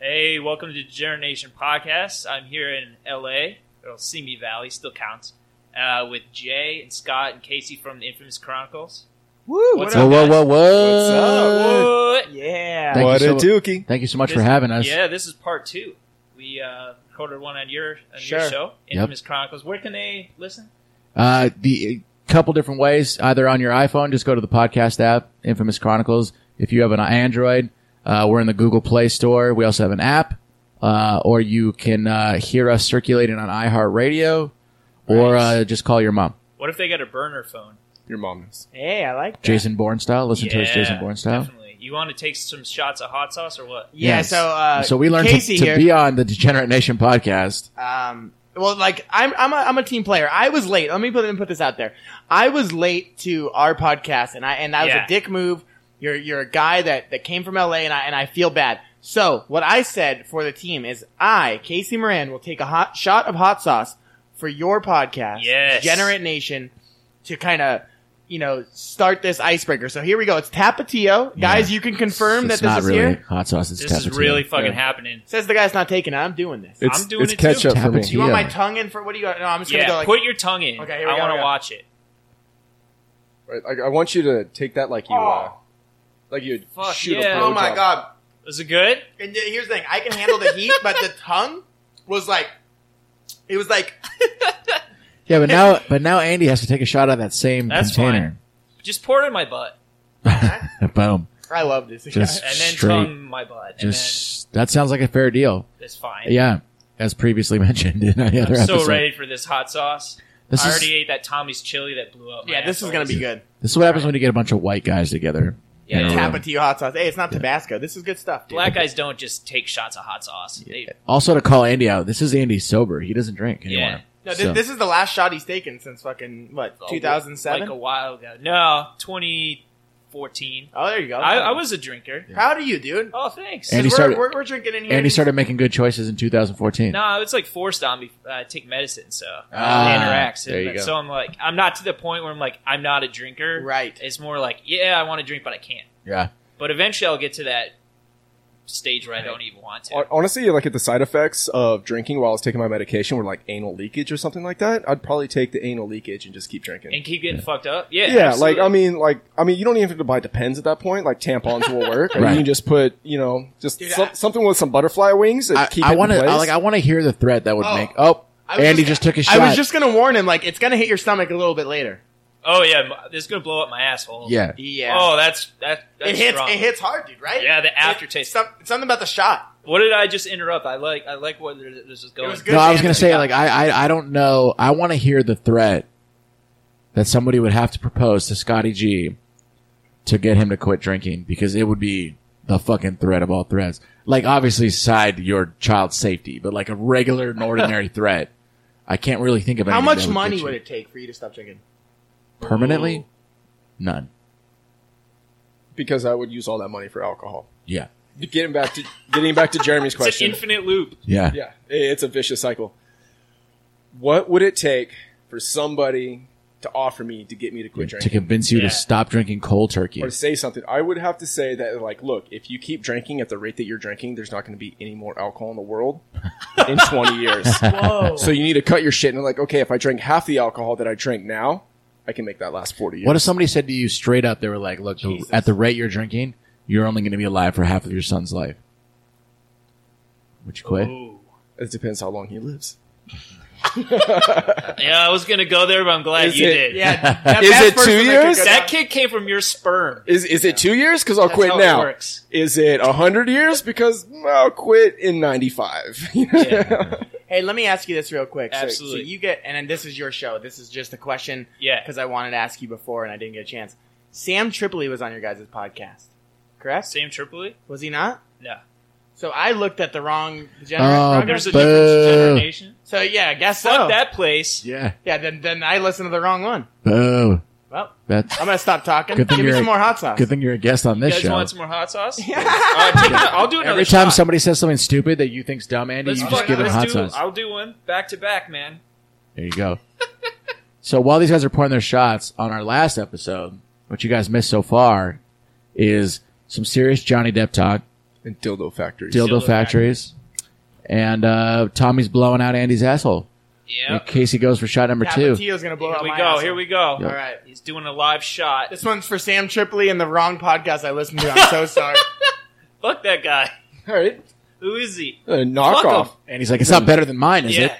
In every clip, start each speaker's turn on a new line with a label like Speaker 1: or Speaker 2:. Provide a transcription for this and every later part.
Speaker 1: Hey, welcome to the Generation Podcast. I'm here in LA, or Simi Valley, still counts, uh, with Jay and Scott and Casey from the Infamous Chronicles.
Speaker 2: Woo!
Speaker 1: What's
Speaker 2: what
Speaker 1: up?
Speaker 3: Whoa, whoa, whoa, whoa.
Speaker 2: What's up?
Speaker 1: What?
Speaker 2: up? Yeah.
Speaker 3: Thank
Speaker 2: What
Speaker 3: you
Speaker 2: a
Speaker 3: so-
Speaker 2: dookie.
Speaker 3: Thank you so much for
Speaker 1: This-
Speaker 3: having us.
Speaker 1: Yeah, this is part two. We uh, recorded one on your, on your
Speaker 2: Sure.
Speaker 1: show,
Speaker 3: Yep.
Speaker 1: Infamous Chronicles. Where can they listen?
Speaker 3: Uh, the a couple different ways, either on your iPhone, just go to the podcast app, Infamous Chronicles. If you have an Android, uh, we're in the Google Play Store. We also have an app, uh, or you can uh, hear us circulating on iHeartRadio, or
Speaker 1: Nice.
Speaker 3: uh, just call your mom,
Speaker 1: What if they got a burner phone?
Speaker 2: Your mom is.
Speaker 4: Hey, I like that.
Speaker 3: Jason Bourne style. Listen to us,
Speaker 1: Yeah,
Speaker 3: Jason Bourne style.
Speaker 1: Definitely. You want to take some shots of hot sauce or what?
Speaker 4: Yeah,
Speaker 3: Yes.
Speaker 4: so uh,
Speaker 3: so we learned to,
Speaker 4: Casey
Speaker 3: to
Speaker 4: here.
Speaker 3: be on the Degenerate Nation podcast.
Speaker 4: um, well, like I'm I'm a, I'm a team player. I was late. Let me put let me put this out there. I was late to our podcast, and I and that was
Speaker 1: Yeah.
Speaker 4: a dick move. You're you're a guy that that came from LA, and I and I feel bad. So what I said for the team is I Casey Moran will take a hot shot of hot sauce for your podcast,
Speaker 1: Yes.
Speaker 4: Generate Nation, to kind of. You know, start this icebreaker. So here we go. It's Tapatio, guys. You can confirm that this
Speaker 3: It's not
Speaker 4: is
Speaker 3: really
Speaker 4: here.
Speaker 3: hot sauce. It's
Speaker 1: This is
Speaker 3: tapatio.
Speaker 1: really fucking
Speaker 2: Yeah.
Speaker 1: happening.
Speaker 4: Says the guy's not taking it. I'm doing this.
Speaker 2: It's,
Speaker 1: I'm doing
Speaker 2: it's
Speaker 1: it too.
Speaker 2: ketchup for me.
Speaker 4: Do you want
Speaker 3: Yeah.
Speaker 4: my tongue in for what do you? No, I'm just gonna
Speaker 1: Yeah,
Speaker 4: go like.
Speaker 1: put your tongue in.
Speaker 4: Okay, here we
Speaker 1: I
Speaker 4: go,
Speaker 1: want
Speaker 4: here we
Speaker 1: to
Speaker 4: go.
Speaker 1: watch it.
Speaker 2: Right, like, I want you to take that like you, uh, like you
Speaker 1: Oh. Fuck,
Speaker 2: shoot
Speaker 1: yeah.
Speaker 2: a
Speaker 4: oh my
Speaker 2: blowjob.
Speaker 4: god!
Speaker 1: Is it good?
Speaker 4: And th- here's the thing: I can handle the heat, but the tongue was like, it was like,
Speaker 3: Yeah, but now, but now Andy has to take a shot out of that same
Speaker 1: That's
Speaker 3: container.
Speaker 1: Just pour it in my butt
Speaker 3: Boom.
Speaker 4: I love this.
Speaker 3: Just-
Speaker 1: and then
Speaker 3: Straight.
Speaker 1: tongue my butt. And
Speaker 3: Just that sounds like a fair deal.
Speaker 1: then it's fine.
Speaker 3: Yeah, as previously mentioned in any other
Speaker 1: I'm
Speaker 3: episode.
Speaker 1: so ready for this hot sauce.
Speaker 3: This
Speaker 1: I
Speaker 3: is
Speaker 1: already ate that Tommy's chili that blew up. my
Speaker 4: yeah, this is
Speaker 1: asshole.
Speaker 4: gonna be good.
Speaker 3: this is what happens when you get a bunch of white guys together.
Speaker 1: Yeah,
Speaker 3: in a room.
Speaker 4: Tapatio hot sauce. Hey, it's not Tabasco. This is good stuff. Dude.
Speaker 1: Black guys don't just take shots of hot sauce. They,
Speaker 3: Also, to call Andy out, this is Andy sober. He doesn't drink anymore.
Speaker 1: Yeah.
Speaker 4: No, this,
Speaker 3: So-
Speaker 4: this is the last shot he's taken since fucking what
Speaker 1: oh,
Speaker 4: 2007.
Speaker 1: like a while ago. No, 2014.
Speaker 4: oh, there you go.
Speaker 1: I, I was a drinker.
Speaker 4: proud of you, dude. 'Cause
Speaker 1: Oh, thanks.
Speaker 3: And he
Speaker 4: we're,
Speaker 3: started-
Speaker 4: we're, we're drinking in here.
Speaker 3: Andy started making good choices in 2014.
Speaker 1: No, it's like forced on me. uh, I take medicine, so
Speaker 3: Ah,
Speaker 1: it interacts.
Speaker 3: there you
Speaker 1: And
Speaker 3: go.
Speaker 1: So I'm like, I'm not to the point where I'm like, I'm not a drinker.
Speaker 4: Right.
Speaker 1: It's more like, yeah, I want to drink, but I can't.
Speaker 3: Yeah,
Speaker 1: But eventually, I'll get to that stage where I don't even want to.
Speaker 2: Hon- Honestly, like at the side effects of drinking while I was taking my medication were like anal leakage or something like that, I'd probably take the anal leakage and just keep drinking.
Speaker 1: and keep getting fucked up. Yeah,
Speaker 2: yeah,
Speaker 1: absolutely.
Speaker 2: like I mean, like I mean, you don't even have to buy Depends at that point. Like tampons will work, or
Speaker 3: Right.
Speaker 2: you can just put, you know, just
Speaker 4: Dude,
Speaker 2: some-
Speaker 4: I-
Speaker 2: something with some butterfly wings. And
Speaker 3: I,
Speaker 2: keep
Speaker 3: I
Speaker 2: want to
Speaker 3: I, like. I want to hear the threat that would
Speaker 4: Oh.
Speaker 3: make. Oh,
Speaker 4: I was
Speaker 3: Andy just, took his shot.
Speaker 4: I was just gonna warn him, like it's gonna hit your stomach a little bit later.
Speaker 1: oh yeah, m- this is gonna blow up my asshole.
Speaker 3: yeah.
Speaker 4: Yeah.
Speaker 1: Oh, that's that. That's
Speaker 4: it hits.
Speaker 1: strong.
Speaker 4: It hits hard, dude. Right?
Speaker 1: Yeah, the
Speaker 4: It-
Speaker 1: aftertaste.
Speaker 4: some- something about the shot.
Speaker 1: What did I just interrupt? I like. I like where th- this is going.
Speaker 4: was good.
Speaker 3: No, I was
Speaker 4: man,
Speaker 3: gonna
Speaker 4: that's
Speaker 3: say
Speaker 4: good.
Speaker 3: like I, I I don't know. I want to hear the threat that somebody would have to propose to Scotty G to get him to quit drinking because it would be the fucking threat of all threats. Like obviously side your child's safety, but like a regular and ordinary threat. I can't really think of
Speaker 4: How
Speaker 3: anything
Speaker 4: much
Speaker 3: that
Speaker 4: money
Speaker 3: get you
Speaker 4: would it take for you to stop drinking?
Speaker 3: permanently?
Speaker 1: Ooh.
Speaker 3: None.
Speaker 2: because I would use all that money for alcohol.
Speaker 3: Yeah.
Speaker 2: Getting back to getting back to Jeremy's
Speaker 1: It's an
Speaker 2: question.
Speaker 1: infinite loop.
Speaker 3: Yeah.
Speaker 2: yeah, i- it's a vicious cycle. What would it take for somebody to offer me to get me to quit
Speaker 3: To
Speaker 2: drinking?
Speaker 3: convince you
Speaker 1: Yeah.
Speaker 3: to stop drinking cold turkey.
Speaker 2: or say something. I would have to say that, like, look, if you keep drinking at the rate that you're drinking, there's not going to be any more alcohol in the world in 20 years.
Speaker 1: Whoa.
Speaker 2: So you need to cut your shit. And like, okay, if I drink half the alcohol that I drink now, I can make that last 40 years.
Speaker 3: What if somebody said to you straight up, they were like, look, the,
Speaker 4: Jesus.
Speaker 3: at the rate you're drinking, you're only going to be alive for half of your son's life. Would you quit?
Speaker 1: Ooh.
Speaker 2: it depends how long he lives.
Speaker 1: Yeah, I was gonna go there, but I'm glad
Speaker 2: Is
Speaker 1: you
Speaker 2: it-
Speaker 1: did.
Speaker 4: Yeah, that
Speaker 2: Is
Speaker 4: best
Speaker 2: it two
Speaker 4: person could
Speaker 2: years?
Speaker 4: go
Speaker 1: That
Speaker 4: down-
Speaker 1: kid came from your sperm.
Speaker 2: Is, is it two years? Because I'll
Speaker 1: That's
Speaker 2: quit
Speaker 1: how
Speaker 2: now.
Speaker 1: It works.
Speaker 2: Is it 100 years? Because mm, I'll quit in 95.
Speaker 1: Yeah.
Speaker 4: Hey, let me ask you this real quick. So-
Speaker 1: Absolutely.
Speaker 4: So, you get, and then this is your show. This is just a question
Speaker 1: Yeah.
Speaker 4: because I wanted to ask you before and I didn't get a chance. Sam Tripoli was on your guys' podcast, correct?
Speaker 1: Sam Tripoli.
Speaker 4: Was he not?
Speaker 1: E? No.
Speaker 4: So I looked at the wrong
Speaker 3: Oh,
Speaker 4: generation.
Speaker 1: There's a
Speaker 3: Boo.
Speaker 1: different generation.
Speaker 4: so yeah, I guess
Speaker 1: Fuck
Speaker 4: so.
Speaker 1: that place.
Speaker 3: Yeah.
Speaker 4: Yeah, then then I listened to the wrong one.
Speaker 3: Oh,
Speaker 4: Well,
Speaker 3: that's
Speaker 4: I'm gonna stop talking.
Speaker 3: Good
Speaker 4: Give me
Speaker 3: thing you're-
Speaker 4: some more hot sauce.
Speaker 3: good thing you're a guest on
Speaker 1: You
Speaker 3: this
Speaker 1: guys
Speaker 3: show.
Speaker 1: want some more hot sauce?
Speaker 4: Yeah.
Speaker 1: All right, take that. I'll do another
Speaker 3: Every time
Speaker 1: shot.
Speaker 3: somebody says something stupid that you think's dumb, Andy,
Speaker 1: Let's
Speaker 3: you
Speaker 1: fuck-
Speaker 3: just give them
Speaker 1: let's
Speaker 3: hot
Speaker 1: do,
Speaker 3: sauce.
Speaker 1: I'll do one back to back, man.
Speaker 3: There you go. so while these guys are pouring their shots on our last episode, what you guys missed so far is some serious Johnny Depp talk.
Speaker 2: and dildo factory.
Speaker 3: dildo,
Speaker 1: Dildo
Speaker 3: factories, and uh, Tommy's blowing out Andy's asshole.
Speaker 1: Yeah.
Speaker 3: And Casey goes for shot number two.
Speaker 4: Tapatio's gonna blow
Speaker 1: Here
Speaker 4: out
Speaker 1: we
Speaker 4: my
Speaker 1: go.
Speaker 4: asshole.
Speaker 1: Here we go.
Speaker 3: Yep.
Speaker 4: All right.
Speaker 1: He's doing a live shot.
Speaker 4: This one's for Sam Tripoli and the wrong podcast I listened to. I'm so sorry.
Speaker 1: Fuck that guy.
Speaker 2: All right,
Speaker 1: Who is he?
Speaker 2: uh, knockoff.
Speaker 3: And he's like, "It's not better than mine, is
Speaker 1: yeah.
Speaker 3: it?"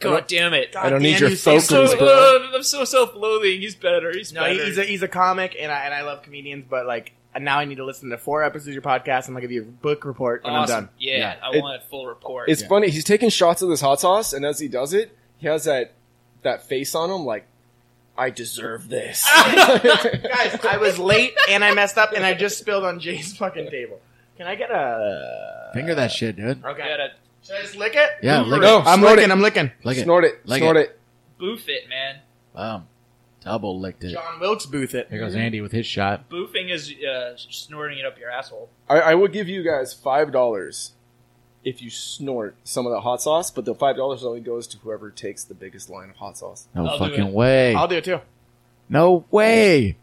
Speaker 1: God damn it.
Speaker 2: I don't need
Speaker 4: Damn
Speaker 2: your
Speaker 4: you, Sam.
Speaker 1: I'm so,
Speaker 2: Folkers, bro.
Speaker 1: uh, I'm so self-loathing. He's better. He's
Speaker 4: No,
Speaker 1: better.
Speaker 4: he- he's a, he's a comic, and I and I love comedians, but like now I need to listen to four episodes of your podcast, and I'll give you a book report when
Speaker 1: awesome.
Speaker 4: I'm done.
Speaker 1: Yeah,
Speaker 3: Yeah.
Speaker 1: I
Speaker 2: It-
Speaker 1: want a full report.
Speaker 2: It's funny. He's taking shots of this hot sauce, and as he does it, he has that that face on him, like I deserve this.
Speaker 4: Guys, I was late and I messed up, and I just spilled on Jay's fucking table. Can I get a
Speaker 3: Finger that shit, dude.
Speaker 1: You gotta
Speaker 4: Should I just lick it?
Speaker 3: Yeah, lick
Speaker 2: No,
Speaker 3: it.
Speaker 4: I'm
Speaker 2: snort
Speaker 4: licking.
Speaker 2: it.
Speaker 4: I'm licking.
Speaker 3: Lick it.
Speaker 2: snort it.
Speaker 3: Like
Speaker 2: snort
Speaker 3: it.
Speaker 2: it.
Speaker 1: boof it, man.
Speaker 3: Boom. Double licked it.
Speaker 4: John Wilkes Booth. It.
Speaker 3: Here goes Andy with his shot.
Speaker 1: Boofing is uh, snorting it up your asshole.
Speaker 2: I, I will give you guys five dollars if you snort some of the hot sauce, but the five dollars only goes to whoever takes the biggest line of hot sauce.
Speaker 3: No
Speaker 1: I'll do
Speaker 3: fucking
Speaker 1: it.
Speaker 3: way.
Speaker 4: I'll do it too.
Speaker 3: no way.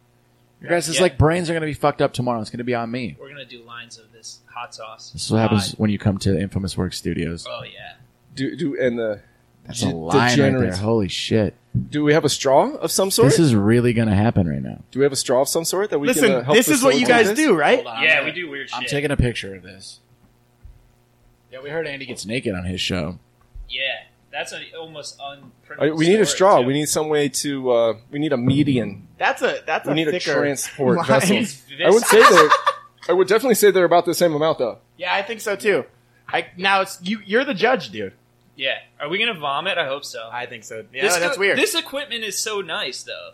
Speaker 3: You guys, it's
Speaker 1: Yeah.
Speaker 3: like brains are gonna be fucked up tomorrow. It's gonna be on me.
Speaker 1: We're gonna do lines of this hot sauce.
Speaker 3: This is what happens when you come to Infamous Work Studios.
Speaker 1: Oh yeah.
Speaker 2: Do do and the
Speaker 3: That's a
Speaker 2: de-
Speaker 3: line right there.
Speaker 2: degenerates.
Speaker 3: Holy shit.
Speaker 2: Do we have a straw of some sort?
Speaker 3: This is really gonna happen right now.
Speaker 2: do we have a straw of some sort that we
Speaker 4: Listen,
Speaker 2: can uh, help?
Speaker 4: this is what you guys
Speaker 2: facilitate this?
Speaker 4: do, right?
Speaker 3: Hold on, I'm
Speaker 1: yeah,
Speaker 3: gonna-
Speaker 1: we do weird
Speaker 3: I'm
Speaker 1: shit.
Speaker 3: taking a picture of this. Yeah, we heard Andy gets naked on his show.
Speaker 1: yeah, that's an almost unprintable.
Speaker 2: Uh, we need a
Speaker 1: story,
Speaker 2: straw.
Speaker 1: too.
Speaker 2: We need some way to. Uh, we need a median.
Speaker 4: That's a that's
Speaker 2: We
Speaker 4: a
Speaker 2: need a
Speaker 4: thicker
Speaker 2: transport
Speaker 4: line.
Speaker 2: vessel.
Speaker 1: It's this-
Speaker 2: I would say they're. I would definitely say they're about the same amount, though.
Speaker 4: Yeah, I think so too. I now it's you. You're the judge, dude.
Speaker 1: Yeah. Are we gonna vomit? I hope so.
Speaker 4: I think so. Yeah,
Speaker 1: This
Speaker 4: that's
Speaker 1: co-
Speaker 4: weird.
Speaker 1: This equipment is so nice, though.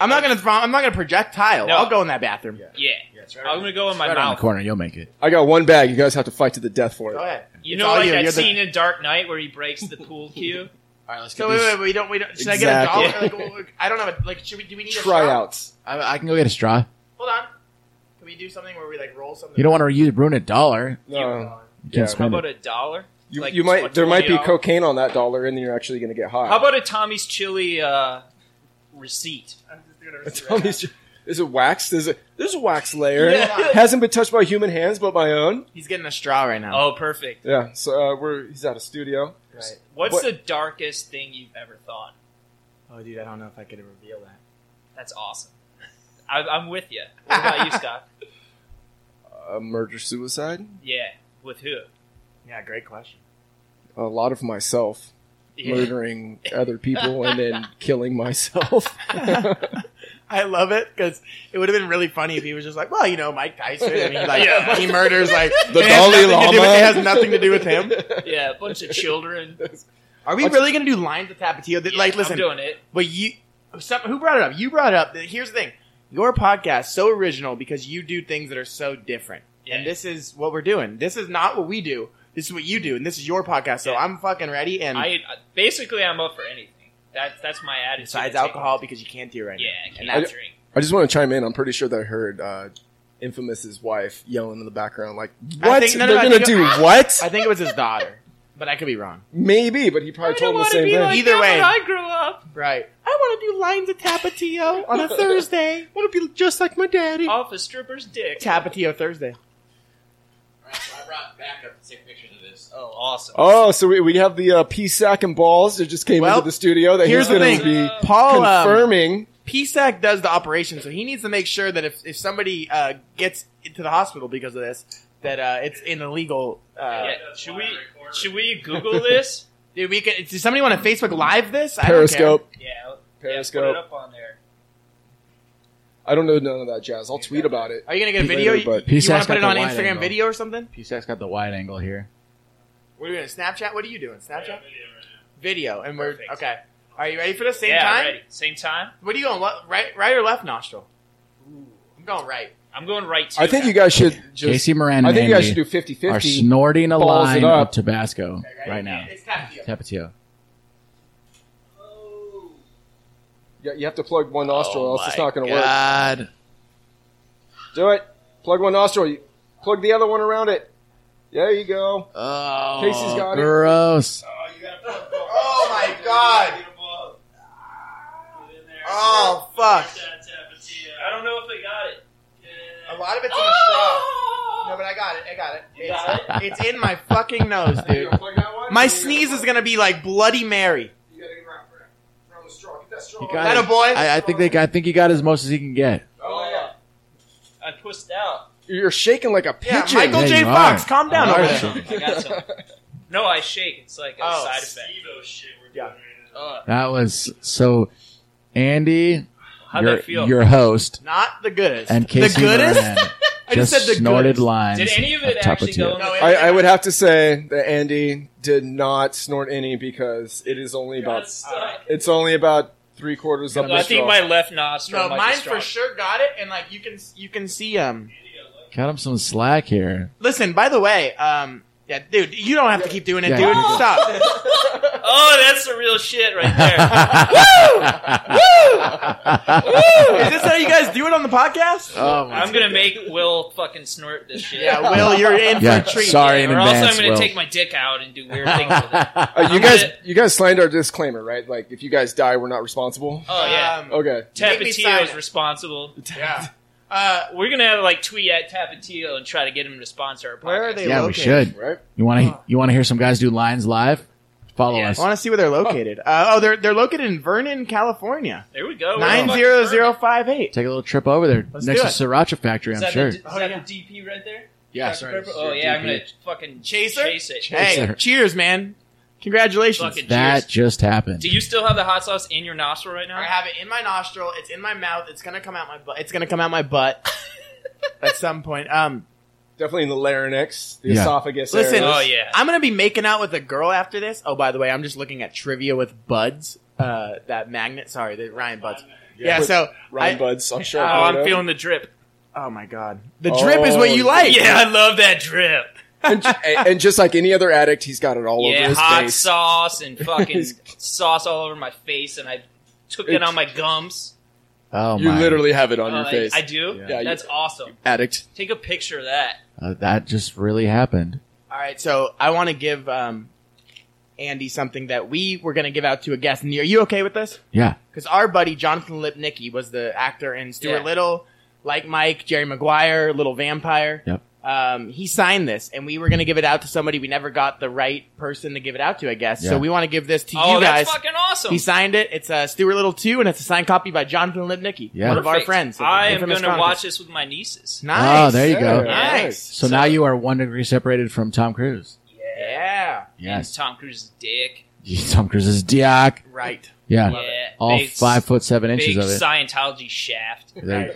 Speaker 4: I'm not gonna. throw- I'm not gonna projectile.
Speaker 1: No.
Speaker 4: I'll go in that bathroom.
Speaker 1: Yeah. I'm gonna go in my
Speaker 3: Right around the
Speaker 1: mouth.
Speaker 3: corner, you'll make it.
Speaker 2: I got one bag. You guys have to fight to the death for it.
Speaker 4: Go ahead.
Speaker 1: You
Speaker 4: It's
Speaker 1: know,
Speaker 4: all
Speaker 1: like that
Speaker 4: You're the-
Speaker 1: scene in Dark Knight where he breaks the pool cue.
Speaker 3: All right, let's
Speaker 4: So wait, wait, we don't, we don't. Should I get a
Speaker 2: Exactly.
Speaker 4: dollar? Like, well, I don't have a like. Should we? Do we need a straw?
Speaker 2: Tryouts.
Speaker 3: I, I can go get a straw.
Speaker 4: Hold on. Can we do something where we like roll something?
Speaker 3: You don't want to use, ruin a dollar.
Speaker 2: No,
Speaker 3: You
Speaker 2: Yeah.
Speaker 3: can't
Speaker 1: How
Speaker 3: spend
Speaker 1: about
Speaker 3: it.
Speaker 1: a dollar?
Speaker 2: you,
Speaker 1: Like
Speaker 2: you might. There might be
Speaker 1: $20.
Speaker 2: cocaine on that dollar, and then you're actually going to get high.
Speaker 1: How about a Tommy's chili uh, receipt?
Speaker 4: I'm just doing
Speaker 2: A
Speaker 4: a
Speaker 2: Tommy's ch- is it waxed? Is it? There's a wax layer.
Speaker 1: Yeah.
Speaker 2: Hasn't been touched by human hands, but my own.
Speaker 4: He's getting a straw right now.
Speaker 1: Oh, perfect.
Speaker 2: Yeah. So uh, we're he's out of studio.
Speaker 4: Right.
Speaker 1: What's
Speaker 2: What-
Speaker 1: the darkest thing you've ever thought?
Speaker 4: Oh, dude, I don't know if I could reveal that.
Speaker 1: That's awesome. I, I'm with you. What about you, Scott?
Speaker 2: A murder Uh, suicide.
Speaker 1: Yeah. With who?
Speaker 4: Yeah, great question.
Speaker 2: A lot of myself
Speaker 1: Yeah.
Speaker 2: murdering other people and then killing myself.
Speaker 4: I love it because it would have been really funny if he was just like, well, you know, Mike Tyson, and he like
Speaker 1: Yeah.
Speaker 4: he murders like
Speaker 2: The
Speaker 4: it has
Speaker 2: Dalai
Speaker 4: nothing to do with-
Speaker 2: Lama.
Speaker 4: It has nothing to do with him.
Speaker 1: Yeah, a bunch of children.
Speaker 4: Are we really gonna do lines of Tapatio? That, like,
Speaker 1: Yeah,
Speaker 4: listen,
Speaker 1: I'm doing it.
Speaker 4: But you, some, who brought it up? You brought it up. Here's the thing: your podcast so original because you do things that are so different.
Speaker 1: Yeah.
Speaker 4: And this is what we're doing. This is not what we do. This is what you do, and this is your podcast. So
Speaker 1: Yeah.
Speaker 4: I'm fucking ready. And
Speaker 1: I I- basically I'm up for anything. That's that's my attitude.
Speaker 4: besides
Speaker 1: I take-
Speaker 4: alcohol, because you can't do it right
Speaker 1: yeah, I
Speaker 4: now.
Speaker 1: can't
Speaker 4: And that's,
Speaker 1: drink.
Speaker 2: I just want to chime in. I'm pretty sure that I heard uh, Infamous's wife yelling in the background, like,
Speaker 4: I
Speaker 2: "What?
Speaker 4: think- no, no,
Speaker 2: They're
Speaker 4: I
Speaker 2: gonna
Speaker 4: think-
Speaker 2: do what?
Speaker 4: I think it was his daughter, but I could be wrong.
Speaker 2: Maybe." But he probably told him the same thing.
Speaker 4: Either that way. when I
Speaker 1: grew up.
Speaker 4: Right? I want to do lines of Tapatio on a Thursday. want to be just like my daddy.
Speaker 1: Off a stripper's dick.
Speaker 4: Tapatio Thursday.
Speaker 5: I brought backup to take pictures of this.
Speaker 1: Oh, awesome.
Speaker 2: Oh, so we, we have the uh, pea sack and balls that just came
Speaker 4: Well,
Speaker 2: into the studio that
Speaker 4: Here's
Speaker 2: he's
Speaker 4: the
Speaker 2: going
Speaker 4: thing,
Speaker 2: to be
Speaker 4: Paul. um,
Speaker 2: confirming.
Speaker 4: PSAC does the operation, so he needs to make sure that if, if somebody uh, gets into the hospital because of this, that uh, it's an illegal. Uh,
Speaker 1: Yeah, Should we should we Google this?
Speaker 4: Dude, we can, does somebody want to Facebook Live this? I don't
Speaker 2: Periscope.
Speaker 1: yeah. yeah,
Speaker 2: Periscope.
Speaker 1: put it up on there.
Speaker 2: I don't know none of that jazz. I'll tweet about it.
Speaker 4: care. Are you gonna get a video?
Speaker 2: Later, but-
Speaker 4: you want
Speaker 3: PSAC's
Speaker 4: to put it on
Speaker 3: got the wide
Speaker 4: Instagram
Speaker 3: angle.
Speaker 4: video or something?
Speaker 3: PSAC's got the wide angle here.
Speaker 4: What are you doing? Snapchat? What are you doing? Snapchat? video, and we're
Speaker 1: Perfect.
Speaker 4: okay. Are you ready for the same
Speaker 1: yeah,
Speaker 4: time?
Speaker 1: ready. Same time.
Speaker 4: What are you going? le- Right, right or left nostril? I'm going right.
Speaker 1: I'm going right to.
Speaker 2: I think you guys should just.
Speaker 3: Casey Moran
Speaker 2: I
Speaker 3: and
Speaker 2: think you guys
Speaker 3: Andy
Speaker 2: should do 50
Speaker 3: are
Speaker 2: 50.
Speaker 3: snorting a
Speaker 2: balls it
Speaker 3: line
Speaker 2: up.
Speaker 3: of Tabasco
Speaker 4: Okay,
Speaker 3: right now.
Speaker 4: It's Tapatio.
Speaker 3: Tapatio.
Speaker 2: You you have to plug one
Speaker 1: Oh
Speaker 2: nostril, else it's not going to work.
Speaker 3: God.
Speaker 2: Do it. Plug one nostril. You Plug the other one around it. There you go.
Speaker 3: Oh,
Speaker 2: Casey's got it.
Speaker 3: gross.
Speaker 4: Oh my god! Oh fuck!
Speaker 1: I don't know if I got it. Oh!
Speaker 4: A lot of it's in the straw. No, but I got it. I got it.
Speaker 1: You
Speaker 4: it's,
Speaker 1: got
Speaker 4: it? it's in my fucking nose,
Speaker 2: You
Speaker 4: dude.
Speaker 2: gonna plug that one?
Speaker 4: My
Speaker 2: You gotta-
Speaker 4: sneeze is gonna be like Bloody Mary.
Speaker 2: You gotta get around for that. Around the straw. Get that straw.
Speaker 3: You
Speaker 4: That
Speaker 3: got
Speaker 4: a
Speaker 3: it.
Speaker 4: boy?
Speaker 3: I, I think they. I think he got as much as he can get.
Speaker 2: Oh, yeah.
Speaker 1: I pushed out.
Speaker 2: You're shaking like a
Speaker 4: yeah,
Speaker 2: pigeon.
Speaker 4: Michael
Speaker 3: Yeah,
Speaker 4: J.
Speaker 3: you
Speaker 4: Fox,
Speaker 3: are.
Speaker 4: calm down
Speaker 3: You
Speaker 4: over
Speaker 3: are
Speaker 4: there.
Speaker 3: shaking.
Speaker 1: I got some. No, I shake. It's like a
Speaker 4: Oh,
Speaker 1: side effect.
Speaker 4: Yeah.
Speaker 1: Uh,
Speaker 3: That was so. Andy,
Speaker 1: how'd
Speaker 3: your,
Speaker 1: that feel?
Speaker 3: your host,
Speaker 4: Not the goodest.
Speaker 3: and
Speaker 4: the
Speaker 3: Casey
Speaker 4: goodest?
Speaker 3: Moran
Speaker 4: I just
Speaker 3: just,
Speaker 4: said the
Speaker 3: snorted
Speaker 4: goodest.
Speaker 3: lines.
Speaker 1: Did any of
Speaker 3: on
Speaker 1: it
Speaker 3: top
Speaker 1: actually
Speaker 3: two.
Speaker 1: go in the
Speaker 4: No, it-
Speaker 2: I, I would have to say that Andy did not snort any because it is only about it's only about three quarters up
Speaker 1: No, I
Speaker 2: the
Speaker 1: think
Speaker 2: straw.
Speaker 1: my left nostril.
Speaker 4: No,
Speaker 1: might be
Speaker 4: mine
Speaker 1: strong.
Speaker 4: for sure got it, and like you can you can see um.
Speaker 3: Cut him some slack here.
Speaker 4: Listen, by the way, um, yeah, dude, you don't have to keep doing it,
Speaker 3: Yeah,
Speaker 4: dude.
Speaker 3: you're good.
Speaker 4: Stop.
Speaker 1: Oh, that's the real shit right there.
Speaker 4: Is this how you guys do it on the podcast?
Speaker 3: Oh my
Speaker 1: I'm gonna make Will fucking snort this shit.
Speaker 4: yeah, Will, you're in
Speaker 3: Yeah,
Speaker 4: for a treat.
Speaker 3: sorry in
Speaker 1: or else
Speaker 3: advance,
Speaker 1: I'm gonna
Speaker 3: Will.
Speaker 1: take my dick out and do weird things with it.
Speaker 2: Uh, you
Speaker 1: I'm
Speaker 2: guys,
Speaker 1: gonna-
Speaker 2: you guys signed our disclaimer, right? Like, if you guys die, we're not responsible.
Speaker 1: Oh yeah,
Speaker 4: Um,
Speaker 2: Okay.
Speaker 4: make me sign
Speaker 1: Tapatio is
Speaker 4: it.
Speaker 1: responsible.
Speaker 4: yeah. Uh,
Speaker 1: We're gonna like tweet at Tapatio and try to get him to sponsor our podcast.
Speaker 4: Where are they?
Speaker 3: yeah, we
Speaker 4: located?
Speaker 3: should.
Speaker 2: Right.
Speaker 3: You want to? You want to hear some guys do lines live? Follow
Speaker 1: Yeah.
Speaker 3: us.
Speaker 4: I want to see where they're located. Uh, oh, they're they're located in Vernon, California.
Speaker 1: There we go. We're
Speaker 4: Nine
Speaker 1: fucking
Speaker 4: zero
Speaker 1: perfect.
Speaker 4: zero five eight.
Speaker 3: Take a little trip over there
Speaker 4: Let's
Speaker 3: next
Speaker 4: do
Speaker 3: to Sriracha Factory.
Speaker 1: Is
Speaker 3: I'm
Speaker 1: that
Speaker 3: sure.
Speaker 1: the, is
Speaker 4: Oh,
Speaker 1: that
Speaker 4: yeah.
Speaker 1: the DP right there?
Speaker 3: yeah,
Speaker 1: Dr. Pepper? Oh yeah, I'm gonna fucking
Speaker 4: Chaser?
Speaker 1: Chase it.
Speaker 3: Chaser.
Speaker 4: Hey,
Speaker 3: Sir.
Speaker 4: cheers, man! Congratulations.
Speaker 1: Fucking
Speaker 3: That
Speaker 1: cheers.
Speaker 3: just happened.
Speaker 1: Oh, Do you still have the hot sauce in your nostril right now?
Speaker 4: I have it in my nostril. It's in my mouth. It's gonna come out my butt. It's gonna come out my butt at some point. Um,
Speaker 2: Definitely in the larynx, the
Speaker 3: Yeah.
Speaker 2: esophagus.
Speaker 4: listen.
Speaker 1: Oh,
Speaker 2: areas.
Speaker 1: yeah.
Speaker 4: I'm gonna be making out with a girl after this. Oh, by the way, I'm just looking at trivia with Buds. Uh, that magnet. Sorry, the Ryan Buds. Yeah.
Speaker 2: With
Speaker 4: so,
Speaker 2: Ryan
Speaker 4: I-
Speaker 2: Buds. I'm sure.
Speaker 1: Oh,
Speaker 2: I
Speaker 1: I'm
Speaker 2: know.
Speaker 1: feeling the drip.
Speaker 4: oh my god, the
Speaker 2: Oh,
Speaker 4: drip is what you like.
Speaker 1: Yeah, I love that drip.
Speaker 2: And, ju- and just like any other addict, he's got it all over
Speaker 1: yeah,
Speaker 2: his
Speaker 1: hot
Speaker 2: face.
Speaker 1: sauce and fucking sauce all over my face, and I took it on my gums.
Speaker 3: oh
Speaker 2: you
Speaker 3: my!
Speaker 2: literally have it on your
Speaker 1: Uh,
Speaker 2: face.
Speaker 1: I, I do.
Speaker 2: Yeah, you-
Speaker 1: That's awesome.
Speaker 2: addict.
Speaker 1: Take a picture of that.
Speaker 3: Uh, that just really happened.
Speaker 4: All right, so I want to give um, Andy something that we were gonna give out to a guest. And are you okay with this?
Speaker 3: Yeah.
Speaker 4: because our buddy Jonathan Lipnicki was the actor in Stuart
Speaker 1: Yeah.
Speaker 4: Little, like Mike, Jerry Maguire, Little Vampire.
Speaker 3: Yep.
Speaker 4: Um, he signed this, and we were going to give it out to somebody. We never got the right person to give it out to, I guess.
Speaker 3: Yeah.
Speaker 4: So we want to give this to
Speaker 1: Oh,
Speaker 4: you guys.
Speaker 1: that's fucking awesome.
Speaker 4: He signed it. It's uh, Stuart Little too, and it's a signed copy by Jonathan Lipnicki,
Speaker 3: Yeah.
Speaker 4: one of our
Speaker 1: Perfect.
Speaker 4: friends. at the
Speaker 1: I am
Speaker 4: Infamous
Speaker 1: gonna
Speaker 4: Chronicles.
Speaker 1: watch this with my nieces.
Speaker 4: Nice.
Speaker 3: Oh, there you go.
Speaker 1: Yeah.
Speaker 4: Nice.
Speaker 3: So, now you are one degree separated from Tom Cruise.
Speaker 4: Yeah.
Speaker 1: And Tom Cruise's dick.
Speaker 3: Tom Cruise is Diak.
Speaker 4: Right.
Speaker 3: Yeah.
Speaker 1: Yeah,
Speaker 3: All
Speaker 1: big,
Speaker 3: five foot seven inches
Speaker 1: big
Speaker 3: of it.
Speaker 1: Scientology shaft.
Speaker 3: They-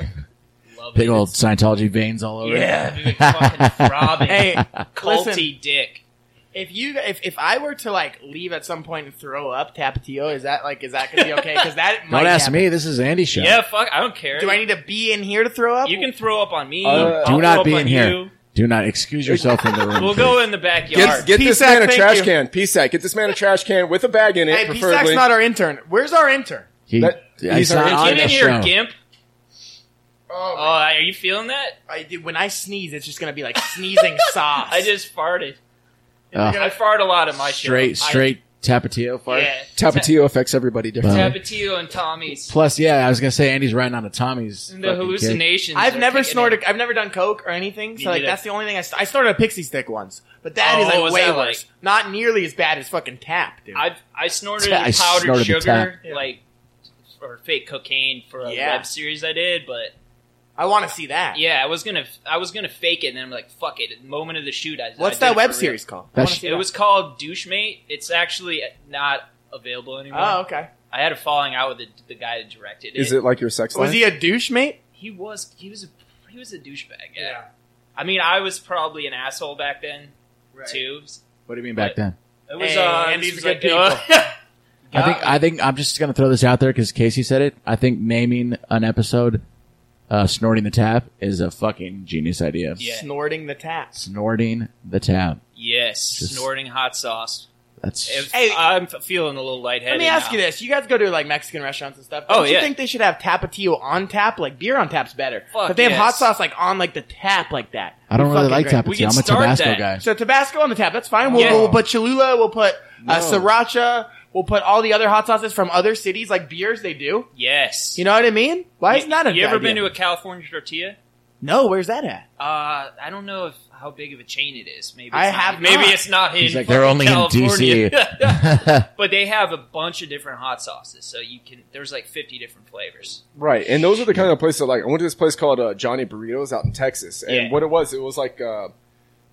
Speaker 1: Love
Speaker 3: big
Speaker 1: it.
Speaker 3: old Scientology veins all over.
Speaker 1: Yeah, big fucking throbbing.
Speaker 4: Hey,
Speaker 1: culty
Speaker 4: listen.
Speaker 1: dick.
Speaker 4: If you if, if I were to like leave at some point and throw up Tapatio, is that like is that gonna be okay? Because that might
Speaker 3: Don't ask
Speaker 4: happen.
Speaker 3: me. This is Andy's show.
Speaker 1: Yeah. fuck. I don't care.
Speaker 4: Do I need to be in here to throw up?
Speaker 1: You can throw up on me.
Speaker 2: Uh,
Speaker 1: I'll
Speaker 3: Do not
Speaker 1: throw up
Speaker 3: be
Speaker 1: on
Speaker 3: in here.
Speaker 1: you.
Speaker 3: Do not excuse yourself in the room.
Speaker 1: We'll go in the backyard.
Speaker 2: Get, get this
Speaker 4: P-Sack,
Speaker 2: man a
Speaker 4: thank
Speaker 2: trash
Speaker 4: you.
Speaker 2: can. PSAC. Get this man a trash can with a bag in it,
Speaker 4: Hey,
Speaker 2: preferably.
Speaker 4: PSAC's not our intern. Where's our intern?
Speaker 3: He,
Speaker 2: That-
Speaker 3: he's
Speaker 2: he's
Speaker 3: not
Speaker 2: already-
Speaker 3: on
Speaker 1: Get in
Speaker 3: this
Speaker 1: here,
Speaker 3: show.
Speaker 1: gimp.
Speaker 4: Oh,
Speaker 1: Oh, are you feeling that?
Speaker 4: I, dude, when I sneeze, it's just gonna be like sneezing sauce.
Speaker 1: I just farted.
Speaker 3: Ugh.
Speaker 1: I fart a lot in my show.
Speaker 3: Uh, straight,
Speaker 1: I-
Speaker 3: straight Tapatio uh, fart.
Speaker 1: Yeah.
Speaker 2: Tapatio affects everybody
Speaker 1: Ta-
Speaker 2: differently.
Speaker 3: Boom.
Speaker 1: Tapatio and Tommy's.
Speaker 3: Plus, yeah, I was gonna say Andy's riding on a Tommy's.
Speaker 1: And
Speaker 3: fucking
Speaker 1: the
Speaker 3: kick.
Speaker 1: hallucinations.
Speaker 4: I've
Speaker 1: are
Speaker 4: never
Speaker 1: kicking
Speaker 4: snorted.
Speaker 1: in.
Speaker 4: I've never done coke or anything. So
Speaker 1: You
Speaker 4: like
Speaker 1: did
Speaker 4: that's the only thing I, st- I snorted a pixie stick once, but that
Speaker 1: Oh,
Speaker 4: is
Speaker 1: what
Speaker 4: like
Speaker 1: was
Speaker 4: way
Speaker 1: that
Speaker 4: worse. Not nearly as bad as fucking tap, dude.
Speaker 1: I've I snorted
Speaker 3: I
Speaker 1: powdered
Speaker 3: snorted the
Speaker 1: sugar,
Speaker 4: tap.
Speaker 1: like or fake cocaine for a
Speaker 4: Yeah.
Speaker 1: web series I did, but
Speaker 4: I want to see that.
Speaker 1: yeah, I was gonna I was gonna fake it, and then I'm like, fuck it. At the moment of the shoot, I
Speaker 4: What's
Speaker 1: I did
Speaker 4: that
Speaker 1: it
Speaker 4: web
Speaker 1: for real.
Speaker 4: series called? I
Speaker 3: That
Speaker 4: wanna
Speaker 3: sh-
Speaker 4: see
Speaker 1: It was called Douchemate. It's actually not available anymore.
Speaker 4: Oh, okay.
Speaker 1: I had a falling out with the, the guy that directed it.
Speaker 2: Is it like your sex life?
Speaker 4: Was he a douche mate?
Speaker 1: He was he was a he was a douchebag. Yeah. I mean, I was probably an asshole back then too.
Speaker 3: What do you mean back then?
Speaker 1: It was
Speaker 4: Hey,
Speaker 1: uh,
Speaker 4: Andy's
Speaker 1: this
Speaker 4: a
Speaker 1: was
Speaker 4: good
Speaker 1: like,
Speaker 3: I think I think I'm just gonna throw this out there because Casey said it. I think naming an episode uh, "Snorting the Tap" is a fucking genius idea.
Speaker 1: Yeah.
Speaker 4: Snorting the tap.
Speaker 3: Snorting the tap.
Speaker 1: yes,
Speaker 3: Just-
Speaker 1: snorting hot sauce.
Speaker 3: That's
Speaker 1: If-
Speaker 4: Hey.
Speaker 1: I'm f- feeling a little lightheaded.
Speaker 4: Let me ask
Speaker 1: now.
Speaker 4: you this: You guys go to like Mexican restaurants and stuff.
Speaker 1: Oh,
Speaker 4: Don't you
Speaker 1: yeah.
Speaker 4: think they should have tapatio on tap? Like beer on tap's better.
Speaker 1: Fuck
Speaker 4: but they have
Speaker 1: yes.
Speaker 4: hot sauce like on like the tap like that.
Speaker 3: I don't
Speaker 4: Be
Speaker 3: really
Speaker 4: fucking
Speaker 3: like
Speaker 4: great.
Speaker 1: We
Speaker 3: Tapatio.
Speaker 1: can
Speaker 3: I'm a
Speaker 1: start
Speaker 3: Tabasco
Speaker 1: that.
Speaker 3: guy.
Speaker 4: So Tabasco on the tap. That's fine. We'll,
Speaker 1: Yeah.
Speaker 4: we'll put Cholula. We'll put uh,
Speaker 2: No.
Speaker 4: sriracha. We'll put all the other hot sauces from other cities like beers. They do.
Speaker 1: Yes.
Speaker 4: You know what I mean? Why
Speaker 1: You-
Speaker 4: isn't that a
Speaker 1: You ever
Speaker 4: idea?
Speaker 1: been to a California tortilla?
Speaker 4: No, where's that at?
Speaker 1: Uh, I don't know if how big of a chain it is. Maybe it's
Speaker 4: I
Speaker 1: not-
Speaker 4: have
Speaker 1: Maybe
Speaker 4: not.
Speaker 1: it's not in.
Speaker 3: He's like, they're
Speaker 1: fucking
Speaker 3: only
Speaker 1: California.
Speaker 3: in DC.
Speaker 1: but they have a bunch of different hot sauces, so you can. There's like 50 different flavors.
Speaker 2: Right, and those are the kind of places that, like I went to this place called uh, Johnny Burritos out in Texas, and
Speaker 1: Yeah.
Speaker 2: what it was, it was like uh,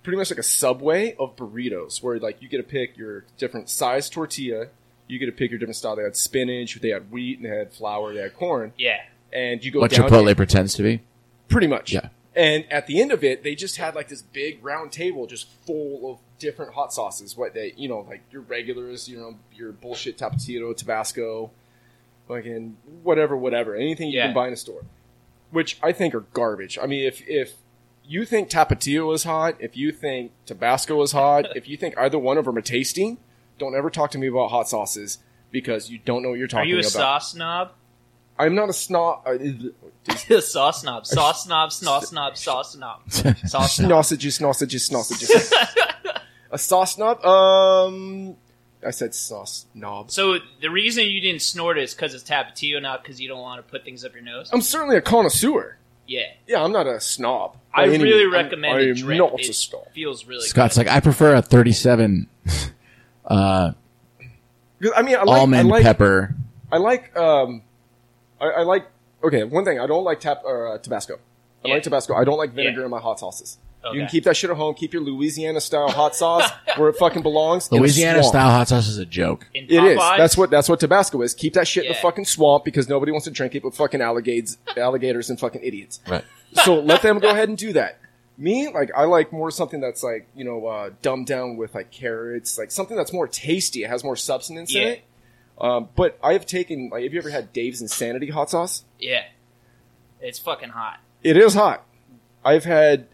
Speaker 2: pretty much like a subway of burritos, where like you get to pick your different size tortilla, you get to pick your different style. They had spinach, they had wheat, and they had flour, they had corn,
Speaker 1: Yeah,
Speaker 2: and you go
Speaker 3: what
Speaker 2: down
Speaker 3: Chipotle pretends to be.
Speaker 2: pretty much.
Speaker 3: Yeah.
Speaker 2: And at the end of it, they just had like this big round table just full of different hot sauces. What they, you know, like your regulars, you know, your bullshit Tapatio, Tabasco, fucking whatever, whatever, anything you
Speaker 1: Yeah.
Speaker 2: can buy in a store, which I think are garbage. I mean, if if you think Tapatio is hot, if you think Tabasco is hot, if you think either one of them are tasty, don't ever talk to me about hot sauces because you don't know what you're
Speaker 1: are
Speaker 2: talking
Speaker 1: you a
Speaker 2: about.
Speaker 1: sauce snob?
Speaker 2: I'm not a snob. Uh,
Speaker 1: sauce snob, sauce snob, sauce snob, sauce snob, sauce snob.
Speaker 2: Uh, Snossages, snossages, snossages. a sauce snob? Um, I said sauce knob.
Speaker 1: So the reason you didn't snort it is because it's Tapatio, not because you don't want to put things up your nose.
Speaker 4: Oh.
Speaker 2: I'm certainly a connoisseur.
Speaker 1: Yeah,
Speaker 2: Yeah, I'm not a snob.
Speaker 1: I
Speaker 2: By any
Speaker 1: really
Speaker 2: means. I'm-
Speaker 1: recommend
Speaker 2: I'm,
Speaker 1: it. Drip.
Speaker 2: not
Speaker 1: it
Speaker 2: a snob.
Speaker 1: feels really
Speaker 3: Scott's
Speaker 1: good.
Speaker 3: like, I prefer a 37 uh,
Speaker 2: 'Cause, I mean, I like,
Speaker 3: almond
Speaker 2: I like,
Speaker 3: pepper.
Speaker 2: I like, um, I, I like. Okay, one thing I don't like tap or uh, Tabasco. I
Speaker 1: Yeah.
Speaker 2: like Tabasco. I don't like vinegar
Speaker 1: Yeah.
Speaker 2: in my hot sauces. You
Speaker 1: Okay.
Speaker 2: can keep that shit at home. Keep your Louisiana style hot sauce where it fucking belongs. in a
Speaker 3: Louisiana
Speaker 2: swamp.
Speaker 3: style hot sauce is a joke.
Speaker 1: In
Speaker 2: It is.
Speaker 1: Popeyes,
Speaker 2: That's what. That's what Tabasco is. Keep that shit in the
Speaker 1: Yeah.
Speaker 2: fucking swamp because nobody wants to drink it but fucking alligators, alligators and fucking idiots.
Speaker 3: Right.
Speaker 2: So let them go ahead and do that. Me, like I like more something that's like you know uh, dumbed down with like carrots, like something that's more tasty. It has more substance in
Speaker 1: Yeah.
Speaker 2: it. Um, but I have taken. Like, have you ever had Dave's Insanity hot sauce?
Speaker 1: Yeah, it's fucking hot.
Speaker 2: It is hot. I've had.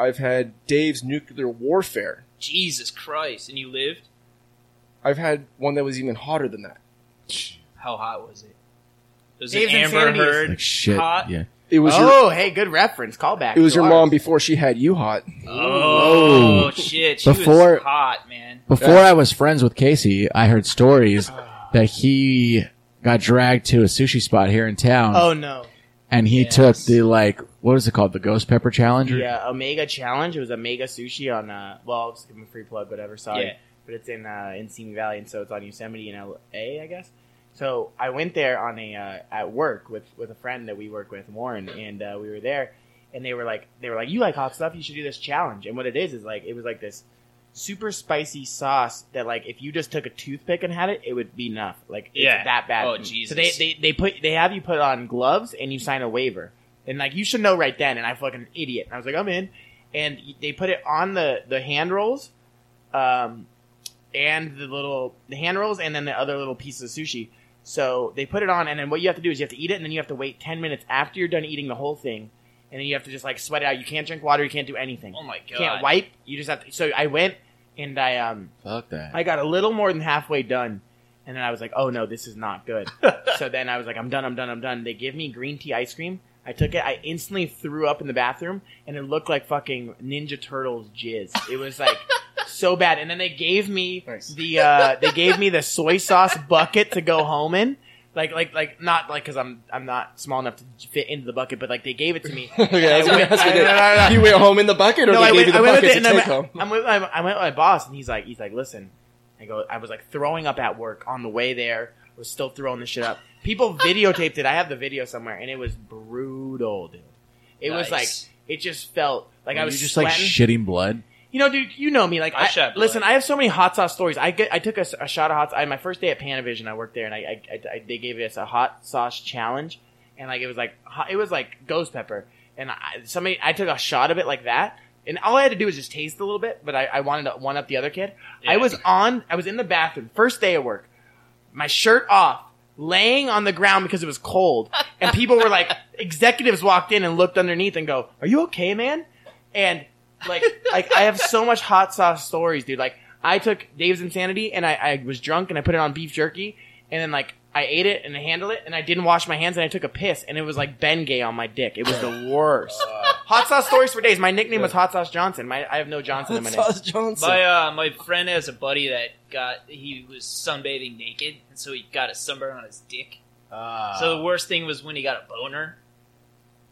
Speaker 2: I've had Dave's Nuclear Warfare.
Speaker 1: Jesus Christ! And you lived?
Speaker 2: I've had one that was even hotter than that.
Speaker 1: How hot was it? Was
Speaker 4: Dave's
Speaker 1: it Amber
Speaker 4: Insanity is-
Speaker 1: Heard?
Speaker 3: Like shit.
Speaker 1: Hot.
Speaker 3: Yeah.
Speaker 2: It was your.
Speaker 4: oh, hey, good reference. Callback.
Speaker 2: It was
Speaker 4: to
Speaker 2: your
Speaker 4: ours.
Speaker 2: mom before she had you hot.
Speaker 1: Oh
Speaker 3: Whoa.
Speaker 1: shit! She Before,
Speaker 3: Before-
Speaker 1: was hot, man.
Speaker 3: Before I was friends with Casey, I heard stories that he got dragged to a sushi spot here in town,
Speaker 4: Oh no.
Speaker 3: and he
Speaker 1: Yes.
Speaker 3: took the like, what is it called, the ghost pepper challenge? or-
Speaker 4: Yeah, Omega Challenge. It was Omega Sushi on. Uh, well, I'll just give him a free plug, whatever. Sorry,
Speaker 1: Yeah.
Speaker 4: but it's in uh, in Simi Valley, and so it's on Yosemite in L.A. I guess. So I went there on a uh, at work with with a friend that we work with, Warren, and uh, we were there, and they were like they were like, "You like hot stuff? You should do this challenge." And what it is is like it was like this super spicy sauce that like if you just took a toothpick and had it, it would be enough. Like it's
Speaker 1: Yeah.
Speaker 4: that bad.
Speaker 1: Oh,
Speaker 4: So
Speaker 1: Jesus.
Speaker 4: they, they they put they have you put on gloves and you sign a waiver. And like you should know right then. And I fucking idiot. And I was like, I'm in. And they put it on the the hand rolls, um, and the little the hand rolls, and then the other little pieces of sushi. So they put it on, and then what you have to do is you have to eat it, and then you have to wait ten minutes after you're done eating the whole thing, and then you have to just like sweat it out. You can't drink water. You can't do anything.
Speaker 1: Oh my god!
Speaker 4: You can't wipe. You just have to. So I went and I um
Speaker 3: Fuck that.
Speaker 4: I got a little more than halfway done, and then I was like, "Oh no, this is not good." so then I was like, "I'm done. I'm done. I'm done." They give me green tea ice cream. I took it. I instantly threw up in the bathroom, and it looked like fucking Ninja Turtles jizz. It was like so bad. And then they gave me
Speaker 2: Nice.
Speaker 4: the uh, they gave me the soy sauce bucket to go home in. Like, like, like, not like because I'm I'm not small enough to fit into the bucket, but like they gave it to me.
Speaker 2: yeah, I was gonna
Speaker 4: went-
Speaker 2: ask you
Speaker 4: I-
Speaker 2: that.
Speaker 4: no, no, no, no.
Speaker 2: You went home in the bucket, or
Speaker 4: No,
Speaker 2: they
Speaker 4: I
Speaker 2: gave
Speaker 4: went,
Speaker 2: you the
Speaker 4: I went with
Speaker 2: bucket
Speaker 4: it, and
Speaker 2: to
Speaker 4: I'm,
Speaker 2: take home?
Speaker 4: I'm with, I'm, I went with my boss, and he's like, he's like, listen, I go, I was like throwing up at work on the way there, was still throwing the shit up. People videotaped it. I have the video somewhere, and it was brutal, dude. It was like,
Speaker 1: Nice.
Speaker 4: it just felt like I
Speaker 3: Were
Speaker 4: was
Speaker 3: you just
Speaker 4: sweating.
Speaker 3: like shitting blood.
Speaker 4: You know, dude, you know me. Like,
Speaker 1: I
Speaker 4: I,
Speaker 1: shed blood.
Speaker 4: listen, I have so many hot sauce stories. I get, I took a, s- a shot of hot. I, my first day at Panavision, I worked there, and I, I, I- I- they gave us a hot sauce challenge, and like it was like hot, it was like ghost pepper, and I, somebody, I took a shot of it like that, and all I had to do was just taste a little bit, but I, I wanted to one up the other kid.
Speaker 1: Yeah.
Speaker 4: I was on, I was in the bathroom, first day of work, my shirt off, laying on the ground because it was cold. And people were like, executives walked in and looked underneath and go, "Are you okay, man?" And like, like I have so much hot sauce stories, dude. Like I took Dave's Insanity and I, I was drunk and I put it on beef jerky and then like I ate it and I handled it and I didn't wash my hands and I took a piss and it was like Bengay on my dick. It was the worst. hot sauce stories for days. My nickname was Hot Sauce Johnson. My, I have no Johnson in my name.
Speaker 2: Johnson.
Speaker 1: My uh, my friend has a buddy that got he was sunbathing naked, and
Speaker 3: Ah.
Speaker 2: Uh,
Speaker 1: so he got a sunburn on his dick. so the worst thing was when he got a boner.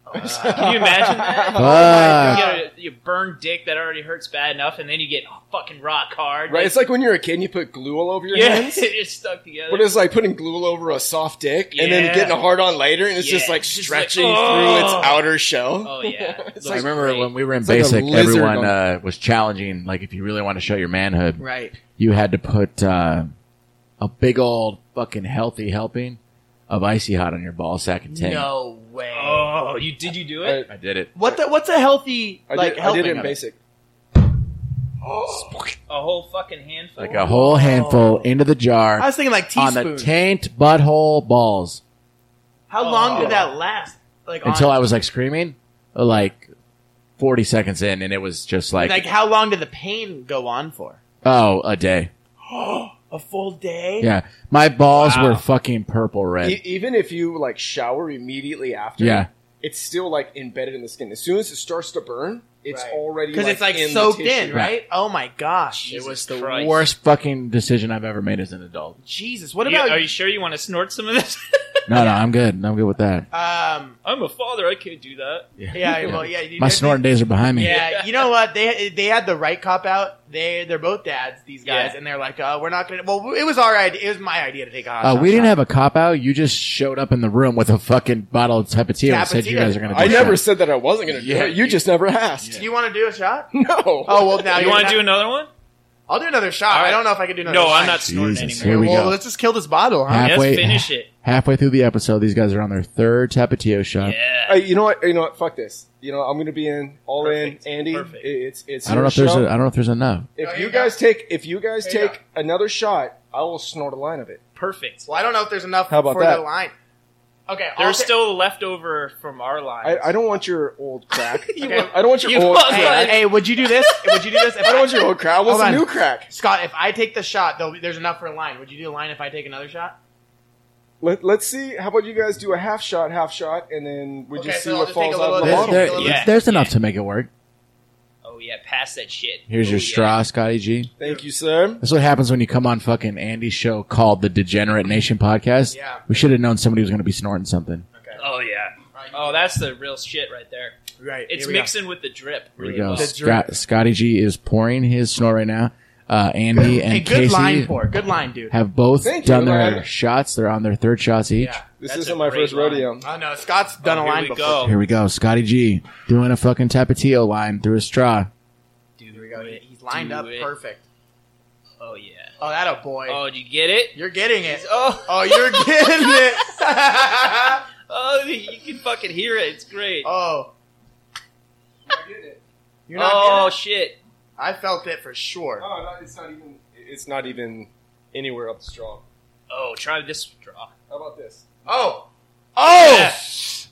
Speaker 1: Uh, Can you imagine that?
Speaker 3: Fuck.
Speaker 1: You get a, you burn dick that already hurts bad enough, and then you get fucking rock hard.
Speaker 2: Right? It's like when you're a kid and you put glue all over your
Speaker 1: yeah,
Speaker 2: hands.
Speaker 1: it's stuck together.
Speaker 2: But it's like putting glue all over a soft dick
Speaker 1: Yeah.
Speaker 2: and then getting a hard on later, and it's just
Speaker 1: Yeah.
Speaker 2: like
Speaker 1: Just like,
Speaker 2: stretching
Speaker 1: oh.
Speaker 2: through its outer shell.
Speaker 1: oh yeah,
Speaker 2: It's
Speaker 1: Looks
Speaker 2: like-
Speaker 3: I remember
Speaker 1: great.
Speaker 3: when we were in
Speaker 2: It's like a
Speaker 3: basic,
Speaker 2: lizard
Speaker 3: everyone
Speaker 2: on-
Speaker 3: uh, was challenging. Like, if you really want to show your manhood,
Speaker 4: Right.
Speaker 3: you had to put uh, a big old fucking healthy helping of icy hot on your ball sack and tank.
Speaker 4: No way.
Speaker 1: Oh, you did you do it?
Speaker 3: I did it.
Speaker 4: What the, what's a healthy
Speaker 2: I,
Speaker 4: like
Speaker 2: did, I
Speaker 4: helping?
Speaker 2: did it in
Speaker 4: of
Speaker 2: basic.
Speaker 1: a whole fucking handful.
Speaker 3: Like a whole handful into the jar
Speaker 4: I was thinking like
Speaker 3: on
Speaker 4: teaspoon.
Speaker 3: the taint butthole balls
Speaker 4: How long
Speaker 1: Oh.
Speaker 4: did that last? Like
Speaker 3: until
Speaker 4: on,
Speaker 3: I was like screaming, like forty seconds in, and it was just like,
Speaker 4: like how long did the pain go on for?
Speaker 3: oh, a day.
Speaker 4: A full day.
Speaker 3: Yeah, my balls
Speaker 1: Wow.
Speaker 3: were fucking purple red.
Speaker 2: E- even if you like shower immediately after,
Speaker 3: Yeah.
Speaker 2: it's still like embedded in the skin. As soon as it starts to burn, it's
Speaker 4: Right.
Speaker 2: already
Speaker 4: Because
Speaker 2: like,
Speaker 4: it's like
Speaker 2: in the
Speaker 4: soaked
Speaker 2: tissue.
Speaker 4: in, right? Oh my gosh.
Speaker 1: Jesus
Speaker 3: it was the
Speaker 1: Christ.
Speaker 3: worst fucking decision I've ever made as an adult.
Speaker 4: Jesus. What
Speaker 1: You-
Speaker 4: about
Speaker 1: are you sure you want to snort some of this?
Speaker 3: No, no, I'm good. I'm good with that.
Speaker 4: um
Speaker 1: I'm a father. I can't do that.
Speaker 4: yeah, well yeah, you-
Speaker 3: my
Speaker 4: they-
Speaker 3: snorting days are behind me.
Speaker 4: Yeah, you know what? They they had the right cop out. They they're both dads, these guys,
Speaker 1: Yeah.
Speaker 4: and they're like, "Oh, we're not going to Well, it was our idea. It was my idea to take a hot
Speaker 3: Uh,
Speaker 4: shot
Speaker 3: we didn't
Speaker 4: shot.
Speaker 3: have a cop out. You just showed up in the room with a fucking bottle of Tapatio and said you
Speaker 4: Tapatio.
Speaker 3: guys are going to.
Speaker 2: I never said that I wasn't going to
Speaker 3: Yeah,
Speaker 2: do it. You,
Speaker 3: you-
Speaker 2: just never asked.
Speaker 4: Do you want to do a shot?
Speaker 2: No.
Speaker 4: Oh, well, now
Speaker 1: you
Speaker 4: you're
Speaker 1: want
Speaker 4: not-
Speaker 1: to do another one?
Speaker 4: I'll do another shot.
Speaker 1: All right.
Speaker 4: I don't know if I can do another
Speaker 1: No,
Speaker 4: shot.
Speaker 1: I'm not snorting
Speaker 3: Jesus,
Speaker 1: anymore.
Speaker 3: here we
Speaker 4: well,
Speaker 3: go.
Speaker 4: let's just kill this bottle, huh?
Speaker 3: Yeah. Halfway-
Speaker 1: Let's finish it.
Speaker 3: Halfway through the episode, these guys are on their third Tapatio shot.
Speaker 1: Yeah.
Speaker 2: Uh, you know what? You know what? Fuck this. You know I'm going to be in all
Speaker 1: Perfect.
Speaker 2: in. Andy,
Speaker 1: Perfect.
Speaker 2: it- it's it's.
Speaker 3: I don't know
Speaker 2: your
Speaker 3: if there's.
Speaker 2: show.
Speaker 3: A, I don't know if there's enough.
Speaker 4: Oh,
Speaker 2: if
Speaker 4: here
Speaker 2: you
Speaker 4: you go.
Speaker 2: guys take if you guys
Speaker 4: Here you
Speaker 2: take another shot, I will snort a line of it.
Speaker 1: Perfect.
Speaker 4: Well, I don't know if there's enough
Speaker 2: How about
Speaker 4: for
Speaker 2: that?
Speaker 4: the line. Okay, I'll
Speaker 1: There's
Speaker 4: ta-
Speaker 1: still leftover from our line.
Speaker 2: I, I don't want your old crack.
Speaker 4: You
Speaker 2: I don't-
Speaker 4: won't-
Speaker 2: I don't want your
Speaker 1: you
Speaker 2: old
Speaker 1: won't.
Speaker 4: Hey,
Speaker 2: crack.
Speaker 4: hey, would you do this? Would you do this? If
Speaker 2: I don't want your old crack. I want
Speaker 4: Hold
Speaker 2: some
Speaker 4: on.
Speaker 2: new crack.
Speaker 4: Scott, if I take the shot, there'll be, there's enough for a line. Would you do a line if I take another shot?
Speaker 2: Let, let's see. How about you guys do a half shot, half shot, and then we
Speaker 4: Okay,
Speaker 2: just
Speaker 4: so
Speaker 2: see
Speaker 4: I'll
Speaker 2: what
Speaker 4: just take
Speaker 2: falls
Speaker 4: a
Speaker 2: out of the
Speaker 4: little
Speaker 3: There-
Speaker 4: bit.
Speaker 2: bottle.
Speaker 3: there-
Speaker 1: Yeah.
Speaker 3: There's enough to make it work.
Speaker 1: oh yeah, pass that shit.
Speaker 3: Here's
Speaker 1: Oh,
Speaker 3: your
Speaker 1: yeah.
Speaker 3: straw, Scotty G.
Speaker 2: Thank you, sir.
Speaker 3: That's what happens when you come on fucking Andy's show called the Degenerate Nation podcast.
Speaker 4: Yeah.
Speaker 3: We should have known somebody was going to be snorting something.
Speaker 1: Oh yeah. Oh, that's the real shit right there.
Speaker 4: Right.
Speaker 1: It's
Speaker 4: here we go.
Speaker 1: mixing with the drip.
Speaker 3: Here we
Speaker 1: Really
Speaker 3: go.
Speaker 1: well.
Speaker 3: Scott, Scotty G is pouring his snort right now. Uh, Andy and
Speaker 4: Hey, good
Speaker 3: Casey
Speaker 4: line pour. Good line, dude.
Speaker 3: have both
Speaker 2: Thank you.
Speaker 3: done their
Speaker 2: Like-
Speaker 3: shots. They're on their third shots each.
Speaker 4: Yeah.
Speaker 2: This
Speaker 1: That's a
Speaker 2: isn't my
Speaker 1: great
Speaker 2: first
Speaker 1: line.
Speaker 2: rodeo.
Speaker 4: Oh no, Scott's done
Speaker 1: Oh,
Speaker 4: a
Speaker 1: here
Speaker 4: line
Speaker 1: we
Speaker 4: before.
Speaker 1: go.
Speaker 3: Here we go. Scotty G doing a fucking Tapatio line through a straw.
Speaker 1: Do
Speaker 4: Here we go.
Speaker 1: it.
Speaker 4: He's lined
Speaker 1: Do
Speaker 4: up
Speaker 1: it.
Speaker 4: perfect.
Speaker 1: Oh yeah.
Speaker 4: Oh, that a boy.
Speaker 1: Oh, did you get it?
Speaker 4: You're getting it.
Speaker 1: Oh,
Speaker 4: Oh, you're getting it.
Speaker 1: oh, you can fucking hear it. It's great.
Speaker 4: oh, you're not
Speaker 1: oh
Speaker 4: getting it?
Speaker 1: shit.
Speaker 4: I felt it for sure.
Speaker 2: Oh, no, it's not even. It's not even anywhere up the straw.
Speaker 1: Oh, try this straw.
Speaker 2: How about this?
Speaker 4: Oh, oh,
Speaker 1: Yeah.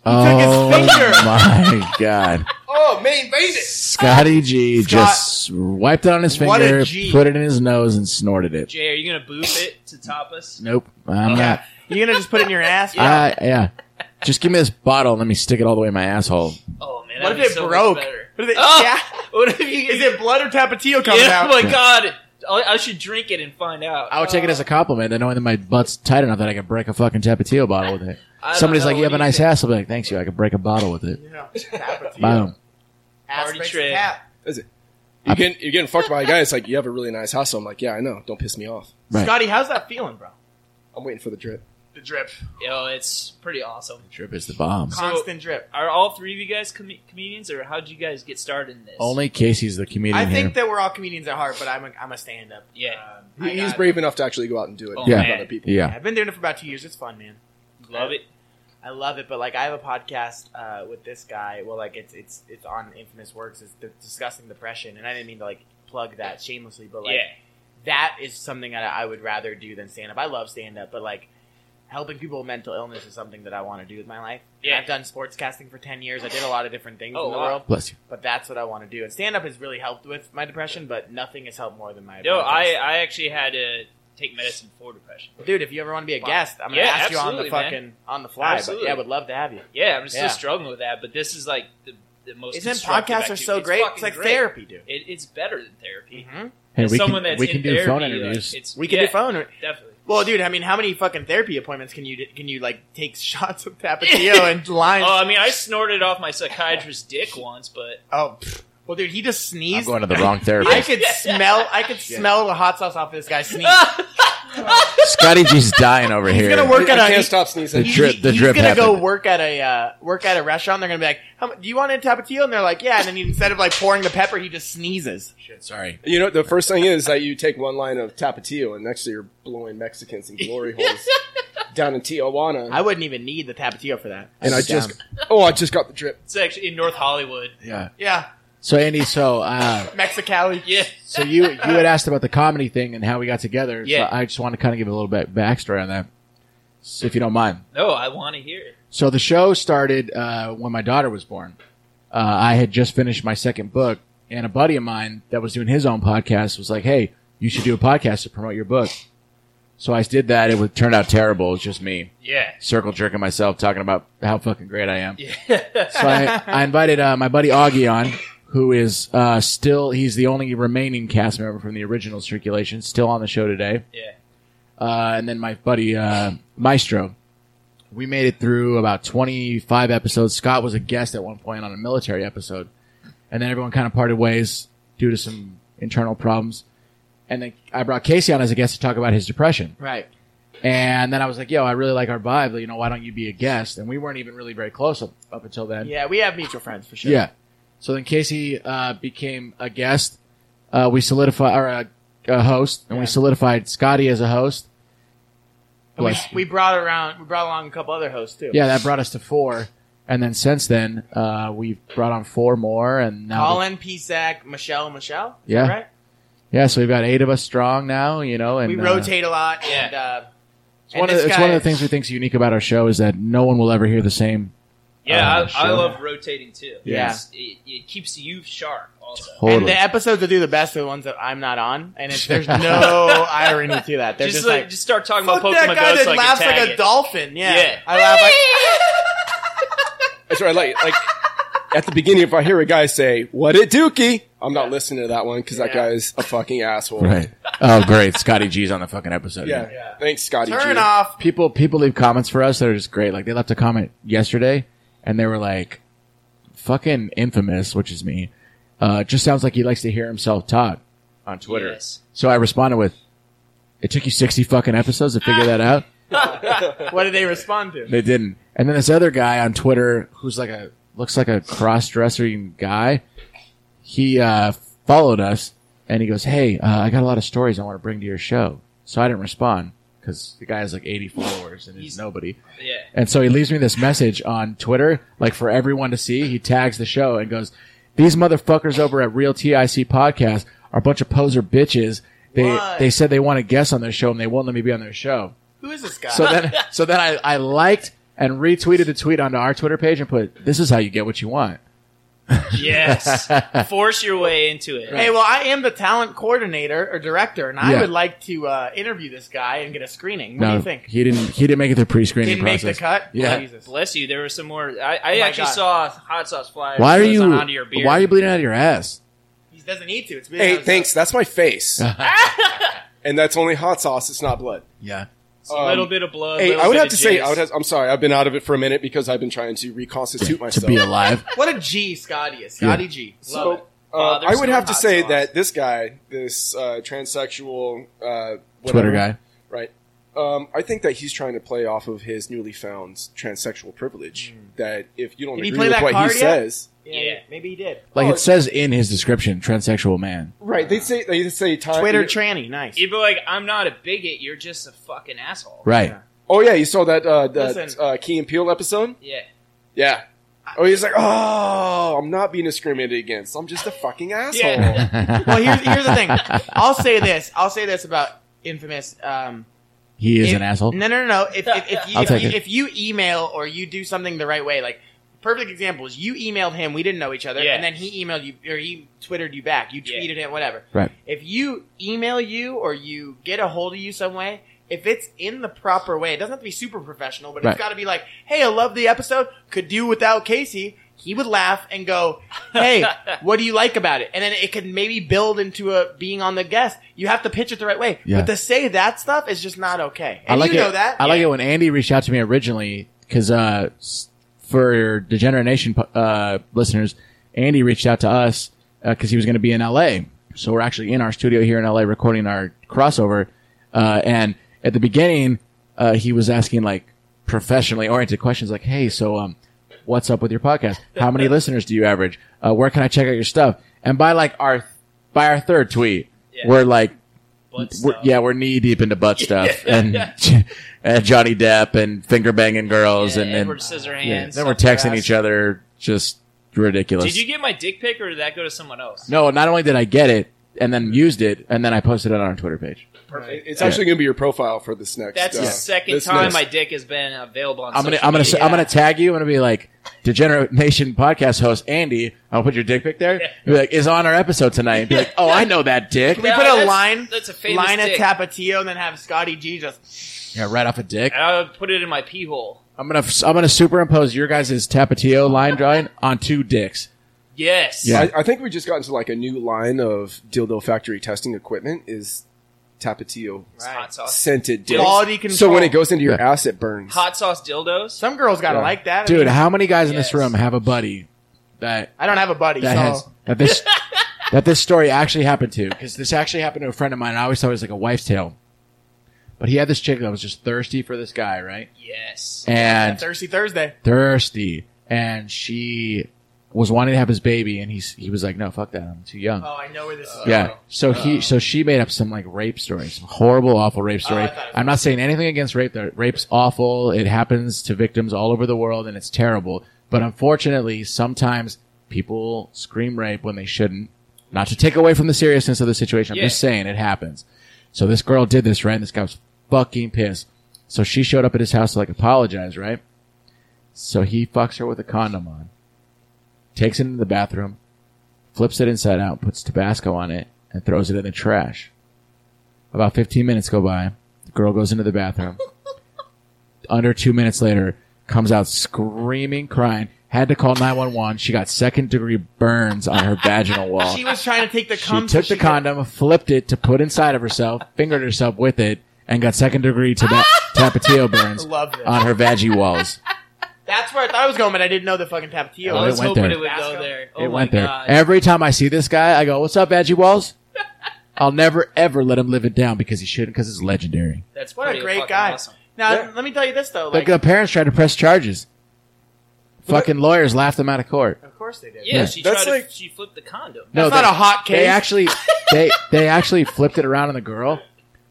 Speaker 3: oh
Speaker 4: took his finger.
Speaker 3: my god!
Speaker 2: Oh, man, invaded.
Speaker 1: Uh,
Speaker 3: Scotty G
Speaker 4: Scott-
Speaker 3: just wiped it on his
Speaker 4: What a
Speaker 3: finger,
Speaker 4: G.
Speaker 3: put it in his nose, and snorted it.
Speaker 1: Jay, are you gonna boop it to top us?
Speaker 3: Nope, I'm
Speaker 1: Okay.
Speaker 3: not.
Speaker 4: you're gonna just put it in your ass?
Speaker 3: Yeah. I, yeah, just give me this bottle and let me stick it all the way in my asshole.
Speaker 1: Oh man,
Speaker 4: What
Speaker 1: that'd
Speaker 4: if
Speaker 1: be
Speaker 4: it
Speaker 1: so much
Speaker 4: broke?
Speaker 1: better.
Speaker 4: What if it?
Speaker 1: Oh!
Speaker 4: Yeah.
Speaker 1: What if you?
Speaker 4: Is it blood or tapatio coming
Speaker 1: yeah,
Speaker 4: out?
Speaker 1: oh my god! I I should drink it and find out.
Speaker 3: I would take it as a compliment, and knowing that my butt's tight enough that I could break a fucking tapatio bottle with it.
Speaker 1: Oh, I don't
Speaker 3: Somebody's
Speaker 1: know.
Speaker 3: like, "You
Speaker 1: What
Speaker 3: have
Speaker 1: do
Speaker 3: a nice
Speaker 1: think?
Speaker 3: ass." I'll be like, "Thanks you." I could break a bottle with it.
Speaker 4: Yeah. Tapatio.
Speaker 3: Boom.
Speaker 4: Ass
Speaker 1: Party
Speaker 4: breaks the
Speaker 1: trick.
Speaker 4: cap.
Speaker 2: You get, you're getting fucked by a guy. It's like you have a really nice house. So I'm like, yeah, I know. Don't piss me off.
Speaker 3: Right.
Speaker 4: Scotty, how's that feeling, bro?
Speaker 2: I'm waiting for the drip.
Speaker 4: The drip,
Speaker 1: Yo, it's pretty awesome.
Speaker 3: Trip is the bomb.
Speaker 4: constant drip.
Speaker 1: Are all three of you guys com- comedians, or how'd you guys get started in this?
Speaker 3: Only Casey's the comedian
Speaker 4: I
Speaker 3: here.
Speaker 4: think that we're all comedians at heart, but I'm a, I'm a Um, stand up.
Speaker 1: Yeah.
Speaker 2: He, he's brave enough to actually go out and do it.
Speaker 1: Oh,
Speaker 2: with
Speaker 3: man.
Speaker 2: Other people.
Speaker 3: yeah.
Speaker 4: I've been doing it for about two years. It's fun, man.
Speaker 1: love it.
Speaker 4: I love it, but like I have a podcast uh, with this guy. Well, like it's it's it's on Infamous Works. It's d- discussing depression, and I didn't mean to like plug that shamelessly, but like
Speaker 1: yeah.
Speaker 4: that is something that I would rather do than stand up. I love stand up, but like helping people with mental illness is something that I want to do with my life. And
Speaker 1: Yeah.
Speaker 4: I've done sports casting for ten years. I did a lot of different things
Speaker 1: Oh,
Speaker 4: in the
Speaker 1: wow.
Speaker 4: world,
Speaker 3: Bless you.
Speaker 4: but that's what I want to do. And stand up has really helped with my depression, but nothing has helped more than my.
Speaker 1: No,
Speaker 4: podcast.
Speaker 1: I I actually had to take medicine for depression.
Speaker 4: dude, if you ever want to be a
Speaker 1: Wow.
Speaker 4: guest, I'm gonna
Speaker 1: Yeah,
Speaker 4: ask you on the
Speaker 1: absolutely, man.
Speaker 4: fucking on the fly. But
Speaker 1: Absolutely.
Speaker 4: yeah, I would love to have you.
Speaker 1: Yeah, I'm still
Speaker 4: Yeah.
Speaker 1: struggling with that, but this is like the, the most.
Speaker 4: Isn't
Speaker 1: constructive
Speaker 4: podcasts are
Speaker 1: activity.
Speaker 4: so great? It's,
Speaker 1: fucking
Speaker 4: like
Speaker 1: great.
Speaker 4: therapy, dude.
Speaker 1: It, it's better than therapy.
Speaker 4: Mm-hmm.
Speaker 3: Hey,
Speaker 1: As
Speaker 3: we
Speaker 1: someone
Speaker 3: can,
Speaker 1: that's
Speaker 3: we
Speaker 1: in
Speaker 3: can do phone
Speaker 1: therapy, like,
Speaker 3: interviews.
Speaker 1: it's-
Speaker 4: We can
Speaker 1: yeah,
Speaker 4: do phone.
Speaker 1: Definitely.
Speaker 4: Well, dude, I mean, how many fucking therapy appointments can you can you like take shots of Tapatio and lime?
Speaker 1: Oh, I mean, I snorted off my psychiatrist's dick once, but
Speaker 4: oh, pfft. well, dude, he just sneezed.
Speaker 3: I'm going to the wrong
Speaker 4: I
Speaker 3: therapist.
Speaker 4: could smell. I could smell the hot sauce off this guy sneeze.
Speaker 3: Scotty G's dying over here.
Speaker 4: gonna work-
Speaker 2: I,
Speaker 4: at a-
Speaker 2: I can't stop sneezing.
Speaker 3: The drip- the
Speaker 4: he's
Speaker 3: drip
Speaker 4: gonna go
Speaker 3: happened.
Speaker 4: work at a uh, work at a restaurant. They're gonna be like, How, mu- "Do you want a tapatio?" And they're like, "Yeah." And then instead of like pouring the pepper, he just sneezes.
Speaker 3: Shit, sorry.
Speaker 2: You know, the first thing is that you take one line of Tapatio, and next to you're blowing Mexicans in glory holes down in Tijuana.
Speaker 4: I wouldn't even need the tapatio for that.
Speaker 2: and I
Speaker 3: Damn.
Speaker 2: just, oh, I just got the drip.
Speaker 1: it's actually in North Hollywood.
Speaker 3: Yeah.
Speaker 4: yeah,
Speaker 3: So Andy, so uh,
Speaker 4: Mexicali.
Speaker 1: Yeah.
Speaker 3: so you you had asked about the comedy thing and how we got together.
Speaker 1: Yeah.
Speaker 3: So I just want to kind of give a little bit backstory on that, so if you don't mind.
Speaker 1: No, I want to hear it.
Speaker 3: So the show started uh, when my daughter was born. Uh, I had just finished my second book, and a buddy of mine that was doing his own podcast was like, "Hey, you should do a podcast to promote your book." So I did that. It would turned out terrible. It was just me
Speaker 1: Yeah.
Speaker 3: circle jerking myself talking about how fucking great I am.
Speaker 1: Yeah.
Speaker 3: So I, I invited uh, my buddy Augie on, who is uh, still he's the only remaining cast member from the original Circulation, still on the show today.
Speaker 1: Yeah.
Speaker 3: Uh, and then my buddy uh, Maestro. We made it through about 25 episodes. Scott was a guest at one point on a military episode, and then everyone kind of parted ways due to some internal problems. And then I brought Casey on as a guest to talk about his depression.
Speaker 4: Right.
Speaker 3: And then I was like, yo, I really like our vibe. You know, why don't you be a guest? And we weren't even really very close up, up until then.
Speaker 4: Yeah, we have mutual friends for sure.
Speaker 3: Yeah. So then Casey uh, became a guest. Uh, we solidified, or a, a host, and
Speaker 4: Yeah.
Speaker 3: we solidified Scotty as a host.
Speaker 4: And we,
Speaker 3: Bless you.
Speaker 4: we brought around. We brought along a couple other hosts too.
Speaker 3: yeah, that brought us to four. And then since then, uh, we've brought on four more. And now,
Speaker 4: Colin, Pisac, Michelle, Michelle. Is
Speaker 3: Yeah.
Speaker 4: that Right.
Speaker 3: yeah, so we've got eight of us strong now, you know. And
Speaker 4: we
Speaker 3: uh,
Speaker 4: rotate a lot.
Speaker 1: Yeah.
Speaker 4: And, uh,
Speaker 3: It's, one of,
Speaker 4: and this
Speaker 3: it's
Speaker 4: guy-
Speaker 3: one of the things we think's unique about our show is that no one will ever hear the same.
Speaker 1: Yeah,
Speaker 3: Uh,
Speaker 1: I, I
Speaker 3: sure.
Speaker 1: love rotating too.
Speaker 4: Yeah.
Speaker 1: It's- It, it keeps you sharp also.
Speaker 3: Totally.
Speaker 4: And the episodes that do the best are the ones that I'm not on, and it's, there's no irony to that. They're
Speaker 1: Just,
Speaker 4: just,
Speaker 1: like,
Speaker 4: like,
Speaker 1: just start talking
Speaker 4: fuck
Speaker 1: about
Speaker 4: that
Speaker 1: Pokemon
Speaker 4: guy
Speaker 1: Go
Speaker 4: that
Speaker 1: so I can
Speaker 4: laughs
Speaker 1: tag
Speaker 4: like a
Speaker 1: it.
Speaker 4: dolphin. Yeah,
Speaker 1: Yeah.
Speaker 4: I laugh like
Speaker 2: That's right. Like, like at the beginning, if I hear a guy say "What it dookie," I'm not listening to that one because that
Speaker 4: Yeah.
Speaker 2: guy is a fucking asshole.
Speaker 3: Right. Oh, great. Scotty G's on the fucking episode.
Speaker 2: Yeah.
Speaker 4: Yeah.
Speaker 2: Thanks, Scotty.
Speaker 4: turn
Speaker 2: G.
Speaker 4: off.
Speaker 3: people people leave comments for us that are just great. Like they left a comment yesterday and they were like, "Fucking infamous," which is me. Uh, just sounds like he likes to hear himself talk on Twitter.
Speaker 1: Yes.
Speaker 3: So I responded with, "It took you sixty fucking episodes to figure that out."
Speaker 4: What did they respond to?
Speaker 3: They didn't. And then this other guy on Twitter who's like a looks like a cross dressing guy, he uh, followed us and he goes, "Hey, uh, I got a lot of stories I want to bring to your show." So I didn't respond because the guy has like eighty followers and he's
Speaker 1: He's-
Speaker 3: nobody.
Speaker 1: Yeah.
Speaker 3: And so he leaves me this message on Twitter, like for everyone to see. He tags the show and goes, "These motherfuckers over at Real TIC Podcast are a bunch of poser bitches. They
Speaker 4: What?
Speaker 3: they said they want a guest on their show and they won't let me be on their show."
Speaker 4: Who is this guy?
Speaker 3: So then so then I, I liked and retweeted the tweet onto our Twitter page and put, "This is how you get what you want."
Speaker 1: Yes. Force your way into it.
Speaker 4: hey, well, I am the talent coordinator or director, and I
Speaker 3: Yeah.
Speaker 4: would like to uh, interview this guy and get a screening. What do you think?
Speaker 3: he didn't. He didn't make it through pre-screening
Speaker 4: Didn't make the
Speaker 3: process.
Speaker 4: cut. Oh,
Speaker 3: Yeah.
Speaker 4: Jesus.
Speaker 1: Bless you. There were some more. I, I
Speaker 4: Oh my
Speaker 1: actually
Speaker 4: God.
Speaker 1: saw hot sauce flyers.
Speaker 3: Why are
Speaker 1: that was
Speaker 3: you?
Speaker 1: Onto your beard.
Speaker 3: Why are you bleeding out of your ass?
Speaker 4: He doesn't need to. It's been
Speaker 2: Hey, thanks. That's my face, and that's only hot sauce. It's not blood.
Speaker 3: Yeah.
Speaker 1: It's a little
Speaker 2: Um,
Speaker 1: bit of blood.
Speaker 2: Hey,
Speaker 1: little
Speaker 2: I would
Speaker 1: bit
Speaker 2: have
Speaker 1: of
Speaker 2: to say, I
Speaker 1: juice.
Speaker 2: would have, I'm sorry, I've been out of it for a minute because I've been trying to reconstitute
Speaker 3: To
Speaker 2: myself.
Speaker 3: be alive.
Speaker 4: What a G Scotty is. Scotty G. Love
Speaker 2: so,
Speaker 4: it.
Speaker 2: uh,
Speaker 1: Father,
Speaker 2: I would
Speaker 1: son,
Speaker 2: have to
Speaker 1: hot
Speaker 2: say
Speaker 1: sauce.
Speaker 2: that this guy, this uh, transsexual uh, whatever,
Speaker 3: Twitter guy.
Speaker 2: right? Um, I think that he's trying to play off of his newly found transsexual privilege.
Speaker 1: Hmm.
Speaker 2: That if you don't
Speaker 4: Did he
Speaker 2: agree
Speaker 4: play
Speaker 2: with
Speaker 4: that
Speaker 2: what
Speaker 4: card
Speaker 2: he
Speaker 4: yet?
Speaker 2: says,
Speaker 1: Yeah.
Speaker 4: maybe he did.
Speaker 3: Like
Speaker 2: Oh,
Speaker 3: it says in his description, transsexual man.
Speaker 2: right? They say they say time.
Speaker 4: Twitter tranny, nice.
Speaker 1: You'd be like, I'm not a bigot. You're just a fucking asshole.
Speaker 3: Right.
Speaker 4: Yeah.
Speaker 2: oh yeah, you saw that uh, that
Speaker 4: Listen.
Speaker 2: uh, Key and Peele episode?
Speaker 1: Yeah.
Speaker 2: Yeah. Oh, he's like, oh, I'm not being discriminated against. I'm just a fucking asshole.
Speaker 1: Yeah.
Speaker 4: well, here's, here's the thing. I'll say this. I'll say this about Infamous. Um,
Speaker 3: He is
Speaker 4: if-
Speaker 3: an asshole.
Speaker 4: No, no, no. no. If, if, if, you,
Speaker 3: I'll
Speaker 4: if,
Speaker 3: take
Speaker 4: you,
Speaker 3: it.
Speaker 4: if you email or you do something the right way, like perfect example is you emailed him. We didn't know each other,
Speaker 1: Yeah.
Speaker 4: and then he emailed you or he twittered you back. You
Speaker 1: Yeah.
Speaker 4: tweeted him, whatever.
Speaker 3: Right.
Speaker 4: If you email you or you get a hold of you some way. If it's in the proper way, it doesn't have to be super professional, but
Speaker 3: Right.
Speaker 4: it's got to be like, "Hey, I love the episode. Could do without Casey. He would laugh and go, "Hey, what do you like about it?" And then it could maybe build into a being on the guest. You have to pitch it the right way,
Speaker 3: Yeah.
Speaker 4: but to say that stuff is just not okay.
Speaker 3: I
Speaker 4: And
Speaker 3: like
Speaker 4: you
Speaker 3: it.
Speaker 4: know that.
Speaker 3: I like it when Andy reached out to me originally because uh, s- for Degeneration uh, listeners, Andy reached out to us because he was going to be in LA. So we're actually in our studio here in LA recording our crossover. Uh, and at the beginning, uh, he was asking like professionally oriented questions, like, "Hey, so um, what's up with your podcast? How many listeners do you average? Uh, where can I check out your stuff?" And by like our by our third tweet,
Speaker 1: Yeah.
Speaker 3: we're like
Speaker 1: But
Speaker 3: we're,
Speaker 1: stuff.
Speaker 3: yeah, we're knee deep into butt stuff and, and Johnny Depp and finger banging girls
Speaker 1: Yeah,
Speaker 3: and,
Speaker 1: Edward
Speaker 3: and
Speaker 1: Scissorhands.
Speaker 3: yeah, then we're
Speaker 1: stuff like
Speaker 3: texting
Speaker 1: that.
Speaker 3: each other, just ridiculous.
Speaker 1: Did you get my dick pic or did that go to someone else?
Speaker 3: no, not only did I get it and then used it, and then I posted it on our Twitter page.
Speaker 2: It- It's actually going to be your profile for this next.
Speaker 1: That's
Speaker 2: uh,
Speaker 1: the second
Speaker 2: this
Speaker 1: time
Speaker 2: next-
Speaker 1: my dick has been available on
Speaker 3: I'm gonna,
Speaker 1: social
Speaker 3: I'm gonna,
Speaker 1: media.
Speaker 3: I'm gonna tag you. I'm gonna be like, Degenerate Nation podcast host Andy. I'll put your dick pic there.
Speaker 1: Yeah.
Speaker 3: Be like, is on our episode tonight. Be like, oh, I know that dick.
Speaker 4: we
Speaker 1: No,
Speaker 4: put a
Speaker 1: that's-
Speaker 4: line,
Speaker 1: that's a famous
Speaker 4: line
Speaker 1: dick.
Speaker 4: at Tapatio, and then have Scotty G just
Speaker 3: Yeah, right off a dick.
Speaker 1: And I would put it in my pee hole.
Speaker 3: I'm gonna, I'm gonna superimpose your guys' Tapatio line drawing on two dicks.
Speaker 1: Yes.
Speaker 3: Yeah.
Speaker 2: I, I think we just got into like a new line of dildo factory testing equipment is Tapatio
Speaker 1: It's hot sauce.
Speaker 2: scented dildos.
Speaker 4: quality control.
Speaker 2: So when it goes into your
Speaker 3: Yeah.
Speaker 2: ass, it burns.
Speaker 1: Hot sauce dildos.
Speaker 4: some girls gotta
Speaker 2: Yeah.
Speaker 4: like that,
Speaker 3: Dude, how many guys in
Speaker 1: Yes.
Speaker 3: this room have a buddy that
Speaker 4: I don't have a buddy,
Speaker 3: that
Speaker 4: so
Speaker 3: has that this that this story actually happened to? Because this actually happened to a friend of mine. and I always thought it was like a wife's tale, but he had this chick that was just thirsty for this guy, right?
Speaker 1: Yes.
Speaker 3: And
Speaker 4: Thirsty Thursday.
Speaker 3: thirsty, and she was wanting to have his baby, and he's he was like, "No, fuck that, I'm too young."
Speaker 4: Oh, I know where this is.
Speaker 3: Yeah.
Speaker 4: going.
Speaker 3: So he, so she made up some like rape story, some horrible, awful rape story.
Speaker 4: Oh, I thought it was-
Speaker 3: I'm not saying anything against rape. though. Rape's awful. It happens to victims all over the world, and it's terrible. But unfortunately, sometimes people scream rape when they shouldn't. Not to take away from the seriousness of the situation. I'm
Speaker 1: Yeah.
Speaker 3: just saying it happens. So this girl did this, right? And this guy was fucking pissed. So she showed up at his house to like apologize, right? So he fucks her with a condom on, takes it into the bathroom, flips it inside out, puts Tabasco on it, and throws it in the trash. About 15 minutes go by. The girl goes into the bathroom. Under two minutes later, comes out screaming, crying. Had to call 911. She got second degree burns on her vaginal wall.
Speaker 4: She was trying to take the
Speaker 3: She
Speaker 4: cum. so
Speaker 3: took the
Speaker 4: could-
Speaker 3: condom, flipped it to put inside of herself, fingered herself with it, and got second degree taba- tapatio burns
Speaker 4: Love this.
Speaker 3: on her veggie walls.
Speaker 4: That's where I thought I was going, but I didn't know the fucking Tapatio.
Speaker 1: I
Speaker 3: it
Speaker 1: was
Speaker 3: went
Speaker 1: hoping Oh,
Speaker 3: there.
Speaker 1: it would
Speaker 4: Tabasco?
Speaker 1: go there. Oh
Speaker 3: it
Speaker 1: my
Speaker 3: went there.
Speaker 1: god.
Speaker 3: Every time I see this guy, I go, "What's up, veggie walls?" I'll never ever let him live it down because he shouldn't, because it's legendary.
Speaker 1: That's
Speaker 4: What a
Speaker 1: pretty
Speaker 4: great
Speaker 1: fucking
Speaker 4: guy.
Speaker 1: Awesome.
Speaker 4: Now,
Speaker 2: Yeah.
Speaker 4: let me tell you this though.
Speaker 3: Like
Speaker 4: Like,
Speaker 3: the parents tried to press charges. Fucking lawyers laughed them out of court.
Speaker 4: of course they did.
Speaker 1: Yeah,
Speaker 3: Yeah.
Speaker 1: she
Speaker 2: That's
Speaker 1: tried
Speaker 2: like-
Speaker 1: to, she flipped the condom.
Speaker 3: No,
Speaker 4: That's
Speaker 3: they-
Speaker 4: not a hot case.
Speaker 3: They actually they they actually flipped it around on the girl,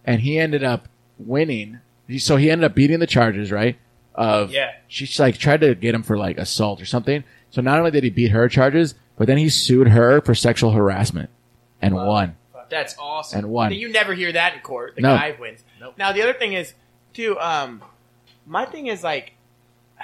Speaker 3: and he ended up winning. He- So he ended up beating the charges, right? Of
Speaker 1: Yeah.
Speaker 3: she's like tried to get him for like assault or something. So not only did he beat her charges, but then he sued her for sexual harassment and won
Speaker 1: That's awesome.
Speaker 3: and won.
Speaker 4: you never hear that in court. The
Speaker 3: No.
Speaker 4: guy wins. Now the other thing is, too. Um, my thing is like,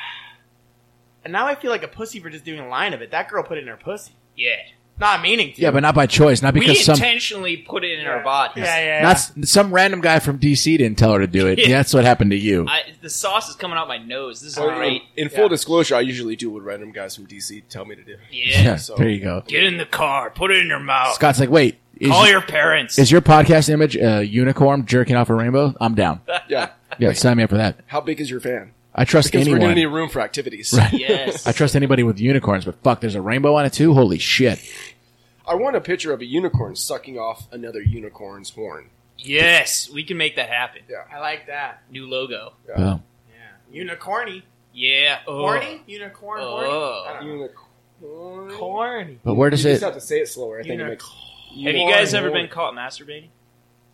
Speaker 4: and now I feel like a pussy for just doing a line of it. That girl put it in her pussy,
Speaker 1: yeah.
Speaker 4: not meaning to.
Speaker 3: yeah, but not by choice, not
Speaker 1: We
Speaker 3: because some
Speaker 1: intentionally put it in
Speaker 4: Yeah.
Speaker 1: our bodies.
Speaker 4: Yeah, yeah.
Speaker 3: not s- some random guy from DC didn't tell her to do it.
Speaker 1: Yeah.
Speaker 3: That's what happened to you.
Speaker 1: I, the sauce is coming out my nose. This is
Speaker 2: So in-
Speaker 1: great.
Speaker 2: Um, In,
Speaker 4: Yeah.
Speaker 2: full disclosure, I usually do what random guys from DC tell me to do.
Speaker 1: Yeah.
Speaker 3: Yeah,
Speaker 2: so-
Speaker 3: there you go.
Speaker 1: Get in the car. Put it in your mouth.
Speaker 3: Scott's like, wait, is,
Speaker 1: Call your parents.
Speaker 3: is your podcast image a unicorn jerking off a rainbow? I'm down.
Speaker 2: Yeah.
Speaker 3: Yeah, sign me up for that.
Speaker 2: How big is your van?
Speaker 3: I trust
Speaker 2: Because we're
Speaker 3: anyone.
Speaker 2: going to need room for activities.
Speaker 1: yes.
Speaker 3: I trust anybody with unicorns, but fuck, there's a rainbow on it too. Holy shit!
Speaker 2: I want a picture of a unicorn sucking off another unicorn's horn.
Speaker 1: yes. We can make that happen.
Speaker 4: I like that.
Speaker 1: New logo.
Speaker 2: Yeah.
Speaker 3: Wow.
Speaker 4: Yeah, unicorny,
Speaker 1: Yeah. Oh.
Speaker 4: horny, unicorn, horny.
Speaker 1: Oh.
Speaker 4: I don't know.
Speaker 2: Unicorn.
Speaker 4: Corny.
Speaker 3: But where does
Speaker 2: you
Speaker 3: it?
Speaker 2: just have to say it slower. I think it makes.
Speaker 1: Have you guys ever been caught masturbating?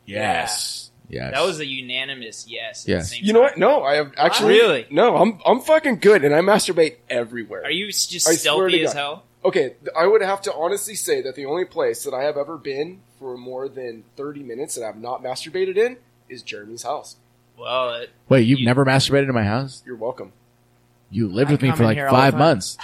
Speaker 3: yes, yes.
Speaker 1: That was a unanimous yes. at the
Speaker 3: Yes.
Speaker 1: same
Speaker 2: You know
Speaker 1: time.
Speaker 2: what? No, I have actually.
Speaker 1: Really?
Speaker 2: No, I'm I'm fucking good, and I masturbate everywhere.
Speaker 1: Are you s- just
Speaker 2: I swear
Speaker 1: stealthy
Speaker 2: to
Speaker 1: as
Speaker 2: God.
Speaker 1: hell?
Speaker 2: Okay, th- I would have to honestly say that the only place that I have ever been for more than 30 minutes that I've not masturbated in is Jeremy's house.
Speaker 1: Well, it,
Speaker 3: Wait, you've
Speaker 1: You-
Speaker 3: never masturbated in my house?
Speaker 2: You're welcome.
Speaker 3: You lived
Speaker 4: I
Speaker 3: with me
Speaker 4: come
Speaker 3: for
Speaker 4: in
Speaker 3: like
Speaker 4: here all the
Speaker 3: five
Speaker 4: time.
Speaker 3: months.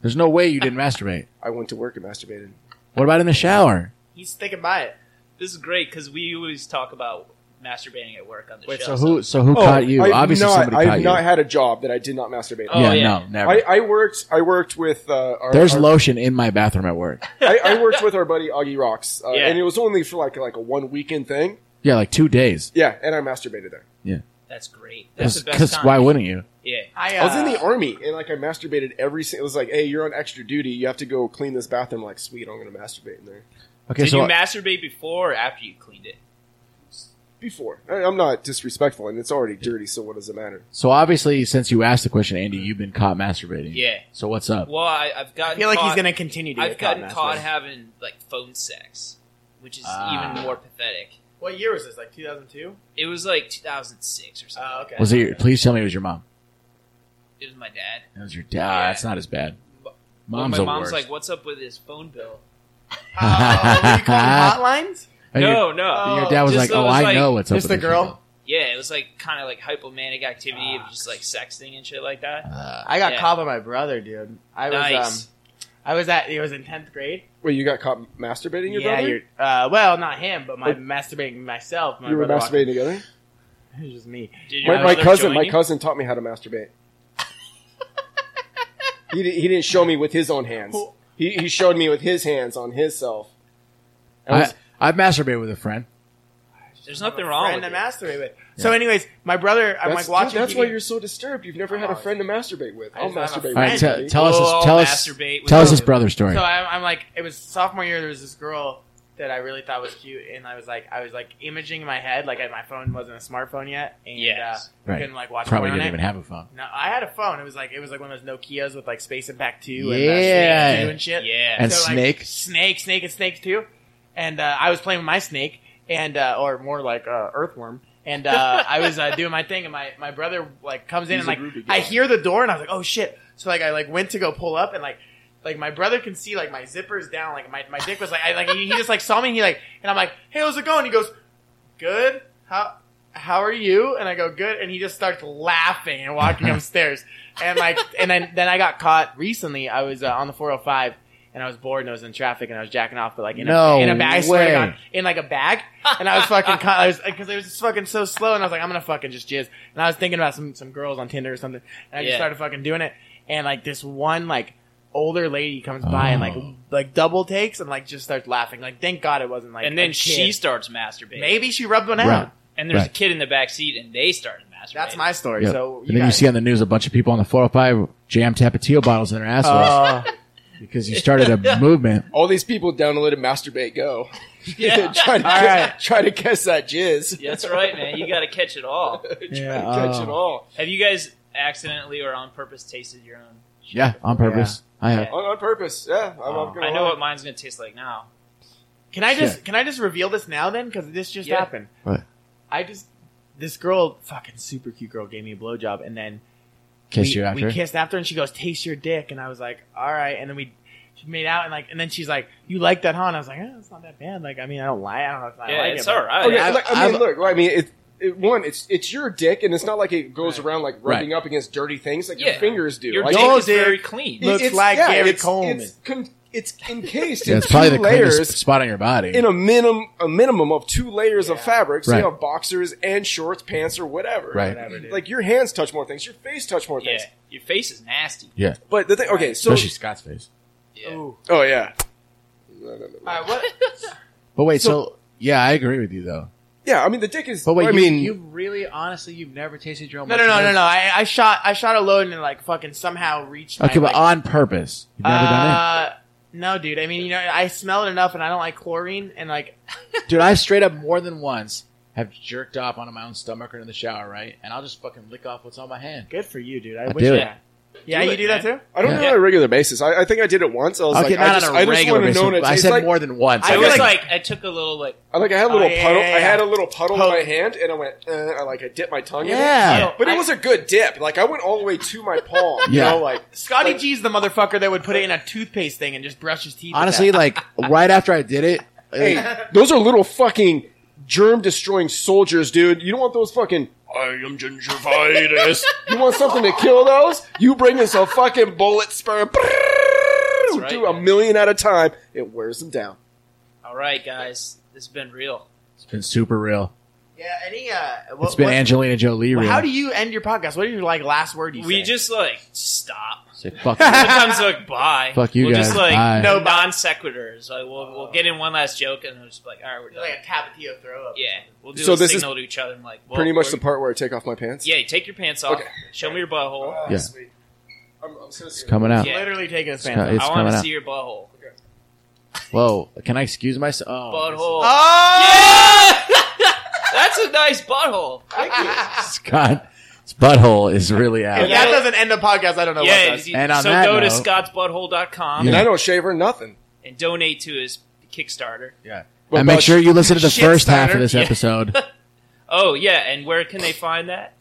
Speaker 3: There's no way you didn't masturbate.
Speaker 2: I went to work and masturbated.
Speaker 3: What about in the shower?
Speaker 4: He's sticking by it.
Speaker 1: this is great because we always talk about masturbating at work on the
Speaker 3: Wait,
Speaker 1: show.
Speaker 3: so who? So who caught you?
Speaker 2: Oh, I've
Speaker 3: Obviously,
Speaker 2: not,
Speaker 3: somebody
Speaker 2: I've
Speaker 3: caught
Speaker 2: not
Speaker 3: you.
Speaker 2: had a job that I did not masturbate.
Speaker 1: Oh,
Speaker 2: on.
Speaker 3: yeah,
Speaker 1: yeah.
Speaker 3: no, never.
Speaker 2: I, I worked. I worked with. Uh, our,
Speaker 3: There's
Speaker 2: our-
Speaker 3: lotion in my bathroom at work.
Speaker 2: I, I worked with our buddy Augie Rocks, uh,
Speaker 1: Yeah.
Speaker 2: and it was only for like like a one weekend thing.
Speaker 3: Yeah, like two days.
Speaker 2: Yeah, and I masturbated there.
Speaker 1: That's great. That's the best
Speaker 3: Because
Speaker 1: time.
Speaker 3: why wouldn't you?
Speaker 1: Yeah.
Speaker 4: I,
Speaker 2: I was in
Speaker 4: uh,
Speaker 2: the army, and like I masturbated every. si- It was like, hey, you're on extra duty. You have to go clean this bathroom. Like, sweet, I'm gonna masturbate in there.
Speaker 3: Okay,
Speaker 1: Did
Speaker 3: so
Speaker 1: you masturbate before or after you cleaned it?
Speaker 2: Before, I, I'm not disrespectful, and it's already dirty. So what does it matter?
Speaker 3: so obviously, since you asked the question, Andy, you've been caught masturbating.
Speaker 1: Yeah.
Speaker 3: So what's up?
Speaker 1: Well, I, I've gotten.
Speaker 4: I feel like
Speaker 1: caught,
Speaker 4: he's going to continue to
Speaker 1: I've
Speaker 4: get caught.
Speaker 1: gotten caught
Speaker 4: masturbating.
Speaker 1: having like phone sex, which is
Speaker 3: Ah.
Speaker 1: even more pathetic.
Speaker 4: What year was this? Like 2002?
Speaker 1: It was like 2006 or something.
Speaker 4: Oh, okay.
Speaker 3: Was it? Your, please tell me it was your mom.
Speaker 1: It was my dad.
Speaker 3: It was your dad.
Speaker 1: Yeah.
Speaker 3: That's not as bad.
Speaker 1: Well,
Speaker 3: Mom's
Speaker 1: well,
Speaker 3: the
Speaker 1: my mom's
Speaker 3: worst.
Speaker 1: like, "What's up with his phone bill?"
Speaker 4: Uh, what do you call them, hotlines?
Speaker 3: And your-
Speaker 1: no, no.
Speaker 4: Oh,
Speaker 3: your, dad was
Speaker 1: just
Speaker 3: like,
Speaker 1: so it
Speaker 3: "Oh,
Speaker 1: was
Speaker 3: I
Speaker 1: like-
Speaker 3: know what's up."
Speaker 4: Just
Speaker 3: with
Speaker 4: the
Speaker 3: this
Speaker 4: girl?
Speaker 3: girl."
Speaker 1: yeah, it was like kind of like hypomanic activity of just like sexting and shit like that.
Speaker 3: Uh,
Speaker 4: I got
Speaker 1: Yeah.
Speaker 4: caught by my brother, dude. I was
Speaker 1: Nice.
Speaker 4: um, I was at it was in tenth grade.
Speaker 2: Wait, you got caught masturbating your
Speaker 4: yeah,
Speaker 2: brother?
Speaker 4: you're uh, well, not him, but my
Speaker 2: What?
Speaker 4: masturbating myself. My
Speaker 2: you were
Speaker 4: brother
Speaker 2: masturbating together.
Speaker 4: walked- It was just me.
Speaker 1: Did your
Speaker 2: My, my
Speaker 1: brother
Speaker 2: cousin,
Speaker 1: join
Speaker 2: my
Speaker 1: you?
Speaker 2: cousin taught me how to masturbate. he di- he didn't show me with his own hands. He he showed me with his hands on his self. I
Speaker 3: I,
Speaker 2: was-
Speaker 3: I've masturbated with a friend.
Speaker 1: There's
Speaker 4: I have
Speaker 1: nothing
Speaker 4: a
Speaker 1: wrong
Speaker 4: Friend
Speaker 1: with
Speaker 4: to
Speaker 1: it.
Speaker 4: masturbate with. So, anyways, my brother. I'm
Speaker 2: that's,
Speaker 4: like watching.
Speaker 2: dude, that's
Speaker 4: TV.
Speaker 2: why you're so disturbed. You've never had a friend to masturbate with.
Speaker 4: I
Speaker 2: I'll
Speaker 4: just don't have a
Speaker 2: masturbate.
Speaker 4: friend.
Speaker 3: All right,
Speaker 2: with you,
Speaker 4: Friend.
Speaker 3: tell
Speaker 2: buddy.
Speaker 1: We'll
Speaker 3: tell
Speaker 1: all
Speaker 3: us tell us
Speaker 1: masturbate with
Speaker 3: tell us
Speaker 1: you.
Speaker 3: his brother's story.
Speaker 4: So I, I'm like, it was sophomore year. There was this girl that I really thought was cute, and I was like, I was like imaging in my head, like I, my phone wasn't a smartphone yet, and
Speaker 1: Yes.
Speaker 4: uh, I
Speaker 3: Right.
Speaker 4: couldn't like watch
Speaker 3: Probably
Speaker 4: porn
Speaker 3: didn't
Speaker 4: on it.
Speaker 3: even have a phone.
Speaker 4: No, I had a phone. It was like it was like one of those Nokia's with like Space Impact Two and uh,
Speaker 3: Yeah.
Speaker 4: Snake Two and shit.
Speaker 1: Yeah.
Speaker 3: And
Speaker 4: So, like,
Speaker 3: snake.
Speaker 4: snake, snake, and snake too. And uh, I was playing with my snake, and uh, or more like uh, earthworm. And uh, I was uh, doing my thing, and my, my brother like comes in
Speaker 2: He's a
Speaker 4: and
Speaker 2: Ruby
Speaker 4: like
Speaker 2: guy.
Speaker 4: I hear the door, and I was like, oh shit! So like I like went to go pull up, and like like my brother can see like my zippers down, like my, my dick was like I like he, he just like saw me, and he like and I'm like, hey, how's it going? He goes, good. How how are you? And I go good, and he just starts laughing and walking upstairs. And like, and then then I got caught recently. I was uh, on the 405 and I was bored and I was in traffic and I was jacking off, but like in
Speaker 3: No
Speaker 4: a in a bag, I swear to
Speaker 3: way.
Speaker 4: God, in like a bag. And I was fucking caught. I was because I was just fucking so slow, and I was like, I'm gonna fucking just jizz. And I was thinking about some some girls on Tinder or something, and I just
Speaker 1: Yeah.
Speaker 4: started fucking doing it. And like this one like older lady comes by and like
Speaker 3: Oh.
Speaker 4: like double takes and like just starts laughing. Like thank God it wasn't like
Speaker 1: and
Speaker 4: a
Speaker 1: then
Speaker 4: kid.
Speaker 1: she starts masturbating.
Speaker 4: Maybe she rubbed one out.
Speaker 3: Right.
Speaker 1: And there's
Speaker 3: Right.
Speaker 1: a kid in the back seat, and they started masturbating.
Speaker 4: That's my story.
Speaker 3: Yeah.
Speaker 4: So
Speaker 3: and then you
Speaker 4: guys-
Speaker 3: see on the news a bunch of people on the 405 jam Tapatio bottles in their assholes
Speaker 4: Uh,
Speaker 3: because you started a movement.
Speaker 2: All these people downloaded masturbate go.
Speaker 1: Yeah.
Speaker 2: try to
Speaker 4: All
Speaker 2: kiss,
Speaker 4: right.
Speaker 2: try to kiss that jizz.
Speaker 1: That's right, man. You got to catch it all.
Speaker 2: try
Speaker 3: Yeah,
Speaker 2: to catch
Speaker 3: oh.
Speaker 2: it all
Speaker 1: Have you guys accidentally or on purpose tasted your own?
Speaker 3: Yeah, on purpose. I have.
Speaker 2: on, on purpose. Yeah, I'm,
Speaker 3: Oh.
Speaker 2: I'm gonna
Speaker 1: I know
Speaker 2: lie.
Speaker 1: what mine's gonna taste like now.
Speaker 4: can I just
Speaker 3: Shit.
Speaker 4: can I just reveal this now then? Because this just
Speaker 1: Yeah.
Speaker 4: happened.
Speaker 3: What?
Speaker 4: I just this girl, fucking super cute girl, gave me a blowjob, and then
Speaker 3: Kissed
Speaker 4: we,
Speaker 3: you after.
Speaker 4: We kissed after, and she goes, "Taste your dick," and I was like, "All right." And then we she made out, and like, and then she's like, "You like that, huh?" And I was like, eh, "It's not that bad." Like, I mean, I don't lie. I don't know if I
Speaker 1: Yeah,
Speaker 4: like
Speaker 1: it's
Speaker 4: it. but-
Speaker 1: all right.
Speaker 2: Okay,
Speaker 3: I've-
Speaker 2: look, I mean,
Speaker 3: I've-
Speaker 2: look. I mean, it, it, one, it's it's your dick, and it's not like it goes
Speaker 4: Right.
Speaker 2: around like rubbing up against dirty things like your
Speaker 1: Yeah.
Speaker 2: fingers do.
Speaker 1: Your
Speaker 2: Like,
Speaker 1: dick
Speaker 4: Y'all
Speaker 1: is very
Speaker 4: dick
Speaker 1: clean.
Speaker 4: looks like Gary
Speaker 2: it's,
Speaker 4: Coleman.
Speaker 2: It's, con- it's encased
Speaker 3: yeah,
Speaker 2: in
Speaker 3: it's probably
Speaker 2: two
Speaker 3: the cleanest
Speaker 2: layers
Speaker 3: spot on your body.
Speaker 2: in a minimum a minimum of two layers of
Speaker 4: Yeah.
Speaker 2: fabric. So
Speaker 3: Right.
Speaker 2: you have boxers and shorts, pants, or whatever.
Speaker 3: Right.
Speaker 4: Whatever, dude.
Speaker 2: Like your hands touch more things, your face touch more
Speaker 1: Yeah,
Speaker 2: things.
Speaker 1: your face is nasty.
Speaker 3: yeah,
Speaker 2: But the thing, okay, so
Speaker 3: especially Scott's face.
Speaker 1: Yeah.
Speaker 4: Ooh.
Speaker 2: oh yeah,
Speaker 4: All
Speaker 1: Uh,
Speaker 4: right, what?
Speaker 3: But wait, so,
Speaker 2: So-
Speaker 3: yeah, I agree with you though.
Speaker 2: yeah. I mean, the dick is.
Speaker 3: But wait,
Speaker 2: I
Speaker 3: you,
Speaker 2: mean,
Speaker 3: you really, honestly, you've never tasted your own.
Speaker 4: No, no, no, no, no. I, I shot, I shot a load and like fucking somehow reached.
Speaker 3: Okay,
Speaker 4: my,
Speaker 3: but
Speaker 4: like,
Speaker 3: on purpose. You've never done
Speaker 4: uh, no, dude. I mean, you know, I smell it enough, and I don't like chlorine, and like
Speaker 3: it, dude. I've straight up more than once have jerked off onto my own stomach or in the shower, right? And I'll just fucking lick off what's on my hand.
Speaker 4: Good for you, dude. I,
Speaker 3: I
Speaker 4: wish
Speaker 3: do
Speaker 4: I
Speaker 3: it.
Speaker 4: had- Yeah,
Speaker 1: Do
Speaker 4: you
Speaker 1: it,
Speaker 4: do that too?
Speaker 2: I don't
Speaker 3: Yeah.
Speaker 2: know on a regular basis. I, I think I did it once. I was
Speaker 3: okay,
Speaker 2: like,
Speaker 3: not
Speaker 2: I just,
Speaker 3: on a
Speaker 2: I just
Speaker 3: regular
Speaker 2: want to
Speaker 3: basis.
Speaker 2: know. and
Speaker 3: but I
Speaker 2: it's
Speaker 3: said
Speaker 2: like,
Speaker 3: more than once.
Speaker 1: I
Speaker 4: I
Speaker 3: I've
Speaker 4: feel
Speaker 1: was
Speaker 3: done
Speaker 1: like, I took a little like.
Speaker 2: I like I had a little
Speaker 4: Oh, yeah,
Speaker 2: puddle.
Speaker 4: yeah, yeah.
Speaker 2: I had a little puddle in my
Speaker 4: Totally.
Speaker 2: hand, and I went. Uh, I like I dipped my tongue
Speaker 3: Yeah.
Speaker 2: in
Speaker 4: Yeah.
Speaker 2: it. But
Speaker 4: I-
Speaker 2: it was a good dip. Like I went all the way to my palm. You
Speaker 3: Yeah.
Speaker 2: know, like
Speaker 4: Scotty G's the motherfucker that would put it in a toothpaste thing and just brush his teeth. with
Speaker 3: honestly,
Speaker 4: that.
Speaker 3: like right after I did it, like,
Speaker 2: hey, those are little fucking germ destroying soldiers, dude. You don't want those fucking. I am gingivitis. you want something to kill those? You bring us a fucking bullet spur.
Speaker 1: right,
Speaker 2: do a
Speaker 1: man.
Speaker 2: million at a time. It wears them down.
Speaker 1: All right, guys, this has been real.
Speaker 3: it's been super real.
Speaker 4: Yeah, any uh, what,
Speaker 3: it's been
Speaker 4: what-
Speaker 3: Angelina Jolie.
Speaker 4: well,
Speaker 3: real.
Speaker 4: how do you end your podcast? What are your like last word you
Speaker 1: We
Speaker 4: say?
Speaker 1: just like stop.
Speaker 3: Say, fuck, you.
Speaker 1: Sometimes like bye.
Speaker 3: Fuck you
Speaker 1: we'll
Speaker 3: guys.
Speaker 1: Just like
Speaker 3: Bye.
Speaker 1: no non sequiturs. Like we'll we'll get in one last joke and we'll just be like all right we're done.
Speaker 4: like a tapatio throw up.
Speaker 1: Yeah, we'll do
Speaker 2: So
Speaker 1: a
Speaker 2: this is
Speaker 1: signal to each other and like well,
Speaker 2: Pretty much
Speaker 1: we're-
Speaker 2: the part where I take off my pants.
Speaker 1: yeah. you Take your pants off.
Speaker 2: Okay.
Speaker 1: Show me your butthole.
Speaker 2: Ah,
Speaker 3: Yeah.
Speaker 2: sweet. I'm, I'm so
Speaker 3: it's coming out.
Speaker 1: Yeah.
Speaker 4: Literally taking his
Speaker 3: It's
Speaker 4: pants
Speaker 3: got-
Speaker 4: off.
Speaker 3: it's
Speaker 1: I want
Speaker 3: coming
Speaker 1: to
Speaker 3: out. Oh,
Speaker 1: see your butthole.
Speaker 3: Whoa, can I excuse myself? Oh,
Speaker 1: Butthole.
Speaker 4: Oh,
Speaker 1: Yeah! That's a nice butthole.
Speaker 3: Scott, his butthole is really out.
Speaker 4: If
Speaker 1: Yeah.
Speaker 4: that doesn't end the podcast, I don't know
Speaker 1: yeah.
Speaker 4: what does.
Speaker 1: you-
Speaker 3: And on
Speaker 1: so
Speaker 3: that
Speaker 1: go to
Speaker 3: note-
Speaker 1: scottsbutthole.com
Speaker 2: And I don't shave or nothing.
Speaker 1: and donate to his Kickstarter.
Speaker 2: What
Speaker 3: and make
Speaker 2: about
Speaker 3: sure you listen to the
Speaker 4: Shit
Speaker 3: first half
Speaker 4: starter.
Speaker 3: of this
Speaker 1: Yeah.
Speaker 3: episode.
Speaker 1: Oh yeah, and where can they find that?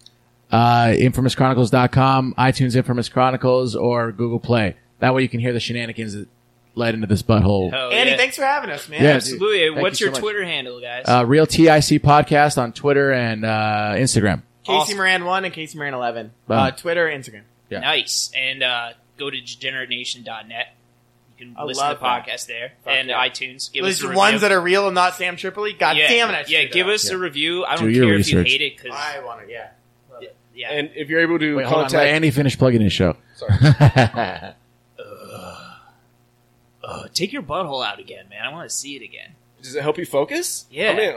Speaker 3: uh, InfamousChronicles.com, iTunes Infamous Chronicles, or Google Play. That way you can hear the shenanigans that led into this butthole.
Speaker 1: Oh,
Speaker 4: Andy,
Speaker 1: yeah.
Speaker 4: thanks for having us, man.
Speaker 3: Yeah,
Speaker 1: Absolutely.
Speaker 3: Thank
Speaker 1: What's
Speaker 3: you so
Speaker 1: your
Speaker 3: much.
Speaker 1: Twitter handle, guys?
Speaker 3: Uh, Real TIC Podcast on Twitter and uh, Instagram.
Speaker 4: Casey
Speaker 1: Awesome.
Speaker 4: Moran one and Casey Moran eleven.
Speaker 3: Wow.
Speaker 4: Uh, Twitter, Instagram.
Speaker 3: yeah.
Speaker 1: Nice. And uh, go to degenerateenation.net. You can
Speaker 4: I
Speaker 1: listen to the
Speaker 4: love that.
Speaker 1: podcast there
Speaker 4: Fuck
Speaker 1: and
Speaker 4: yeah.
Speaker 1: iTunes. Give us
Speaker 4: There's
Speaker 1: a
Speaker 4: ones
Speaker 1: review.
Speaker 4: that are real and not Sam Tripoli. God
Speaker 1: yeah,
Speaker 4: damn it! I
Speaker 1: yeah,
Speaker 4: screwed
Speaker 1: give
Speaker 4: up.
Speaker 1: us a review. I
Speaker 3: Do
Speaker 1: don't
Speaker 3: your
Speaker 1: care if
Speaker 3: research.
Speaker 1: you hate it because
Speaker 4: I want to. Yeah.
Speaker 1: yeah,
Speaker 2: And if you're able to
Speaker 3: Wait, hold on.
Speaker 2: contact,
Speaker 3: Let Andy finish plugging his show.
Speaker 2: Sorry.
Speaker 1: Oh, take your butthole out again, man. I want to see it again.
Speaker 2: does it help you focus?
Speaker 1: Yeah.
Speaker 2: I'm in.